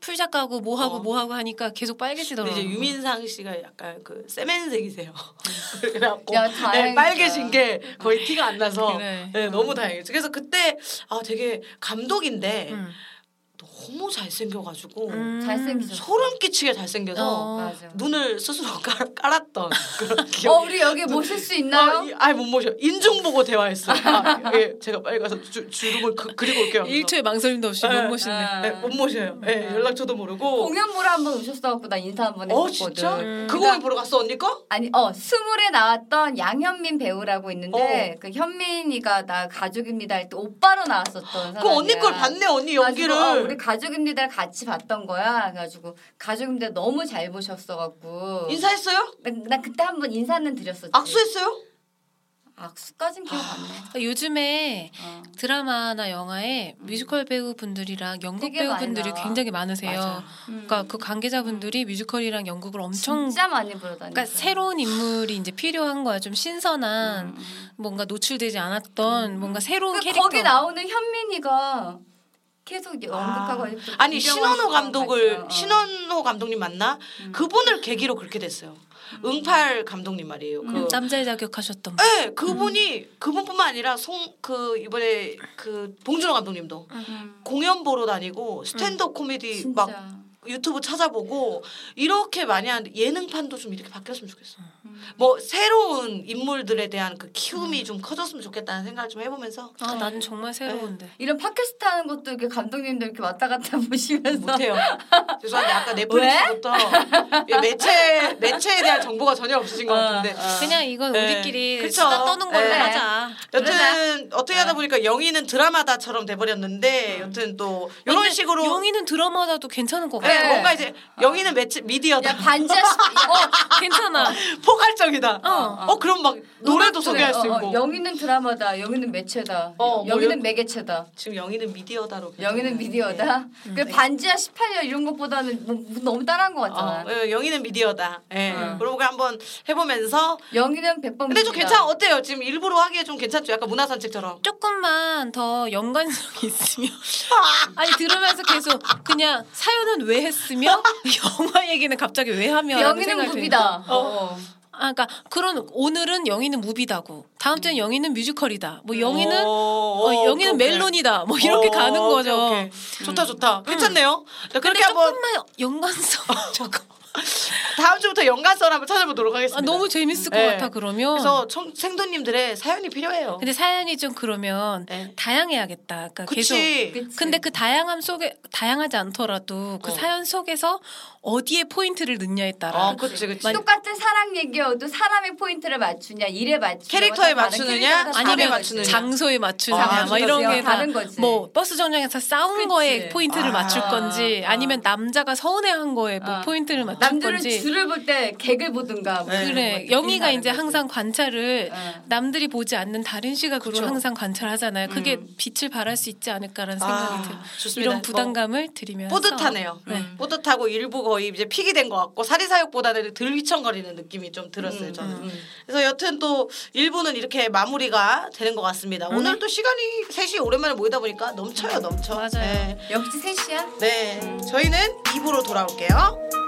풀작하고 뭐하고
어.
뭐하고 하니까 계속
근데
빨개지더라고.
어.
이제 유민상 씨가 약간 그 세면색이세요. 그래갖고
야,
네,
다행이다. 어.
빨개진 게 거의 티가 안 나서
그래.
네, 너무 다행이죠. 그래서 그때 아 되게 감독인데
음.
너무 잘생겨가지고
음.
잘생기죠.
소름 끼치게 잘생겨서
어.
맞아.
눈을 스스로 깔, 깔았던 그런 기억이
어, 우리 여기 모실 수 있나요?
아, 이- 아이 못 모셔. 인중 보고 대화했어. 아, 예, 제가 빨리 가서 주, 주름을 그, 그리고 올게요. 하면서.
1초의 망설임도 없이
예,
못 모시네.
아.
예, 못 모셔요. 예, 연락처도 모르고.
음. 공연 보러 한번 오셨어갖고 나 인사 한번 했었거든. 그러니까
어 진짜?
음.
그 공연 보러 갔어 언니 거?
아니 어 스물에 나왔던 양현민 배우라고 있는데
어.
그 현민이가 나 가족입니다 할 때 오빠로 나왔었던 사람.
그 언니 걸 봤네 언니 연기를.
어, 우리 가족입니다 같이 봤던 거야. 그래가지고 가족입니다 너무 잘 보셨어갖고.
인사했어요?
나, 나 그때 한번 인사는 드렸었지.
악수했어요?
악수까진 기억 안 나.
아, 요즘에
어.
드라마나 영화에 뮤지컬 배우분들이랑 연극
되게 많이
배우분들이
나와.
굉장히 많으세요.
맞아요.
그러니까 그 관계자분들이 뮤지컬이랑 연극을 엄청
진짜 많이 보러다니.
그러니까 새로운 인물이 이제 필요한 거야. 좀
음.
신선한 뭔가 노출되지 않았던
음.
뭔가
그
새로운 캐릭터.
그 거기 나오는 현민이가 계속 연극하고
아. 아니 신원호 감독을
신
신원호 감독님 맞나?
음.
그분을 계기로 그렇게 됐어요. 응팔 감독님 말이에요. 그
음, 짬잘 자격하셨던 분.
음.
네, 그분이 그분뿐만 아니라 송 그 이번에 그 봉준호 감독님도 공연 보러 다니고 스탠드업 코미디
음. 진짜.
막 유튜브 찾아보고 이렇게 많이 하는데 예능판도 좀 이렇게 바뀌었으면 좋겠어.
음.
뭐 새로운 인물들에 대한 그 키움이 좀 커졌으면 좋겠다는 생각을 좀 해보면서
아, 난 정말
음.
새로운데.
이런 팟캐스트 하는 것도 이렇게 감독님들 이렇게 왔다 갔다 보시면서
못해요. 죄송한데 아까 넷플릭스부터 이 매체 매체에 대한 정보가 전혀 없으신
어,
것 같은데.
그냥 이건
네.
우리끼리
그쵸.
수다 떠는 걸로
네.
하자.
여튼 어떻게 하다 보니까 영희는 드라마다처럼
음.
돼버렸는데 여튼 또 이런
근데
식으로
용이는 드라마다도 괜찮은 것
네,
같아.
네.
뭔가 이제 영희는 매체 미디어다.
야 반지하시 어,
괜찮아.
포괄적이다. 어,
어.
그럼 막 노래도 소개할 수
어, 어,
있고.
영희는 드라마다 영희는 매체다
어, 뭐 음,
영희는
여-
매개체다
지금 영희는 미디어다로.
영희는 미디어다
네.
그 반지하 18년 이런 것보다는 뭐, 너무 따라한 것
어,
같잖아
예, 영희는 미디어다. 예.
음.
그런 거 한번 해보면서.
영희는 백범
근데 좀 괜찮 어때요? 지금 일부러 하기에 좀 괜찮죠? 약간 문화산책처럼.
조금만 더 연관성이 있으면 아니 들으면서 계속 그냥 사연은 왜 했으며 영화 얘기는 갑자기 왜 하며 라는
영희는
생각이
무비다
드니까.
어.
아, 그러니까 그런 오늘은 영희는 무비다고 다음 주엔 영희는 뮤지컬이다. 뭐 영희는
오,
어,
오,
영희는
오케이, 오케이.
멜론이다. 뭐 이렇게
오,
가는
어, 오케이,
거죠. 음.
오케이. 좋다 좋다. 괜찮네요.
근데
자, 그렇게 한번 어.
조금만 연관성 조금
다음 주부터 연관성 한번 찾아보도록 하겠습니다.
아, 너무 재밌을 것
네.
같아 그러면.
그래서 청, 생도님들의 사연이 필요해요.
근데 사연이 좀 그러면
네.
다양해야겠다. 그러니까 계속
그치.
그치?
근데 그 다양함 속에 다양하지 않더라도 그
어.
사연 속에서 어디에 포인트를 넣냐에 따라
어, 그치 그치.
많이-
똑같은 사랑 얘기여도 사람의 포인트를 맞추냐 일에 맞추냐
캐릭터에
다른
맞추느냐,
캐릭터가 다른
아니면
거지.
맞추느냐.
장소에 맞추느냐
아,
막 이런
거지요.
게 다
다른 거지.
뭐 버스 정류장에서 싸운
그치.
거에 포인트를
아.
맞출 건지
아.
아니면 남자가 서운해한 거에 뭐
아.
포인트를 맞출
남들은
건지
줄을 볼 때 객을 보든가 뭐
네.
이런
그래
거지.
영희가
다른
이제
거지.
항상 관찰을
네.
남들이 보지 않는 다른 시각으로
그쵸.
항상 관찰하잖아요. 그게
음.
빛을 발할 수 있지 않을까라는
아,
생각이 들어요.
좋습니다.
이런 부담감을 드리면서
뭐, 뿌듯하네요.
네.
음. 뿌듯하고 일부 거의 이제 픽이 된 것 같고 사리사욕보다는 덜 휘청거리는 느낌이 좀
음,
들었어요 저는. 그래서 여튼 또 일부는 이렇게 마무리가 되는 것
음.
같습니다. 오늘 또 시간이 3시 오랜만에 모이다 보니까 넘쳐요 넘쳐.
맞아요.
네.
역시 셋이야
네, 저희는 입으로 돌아올게요.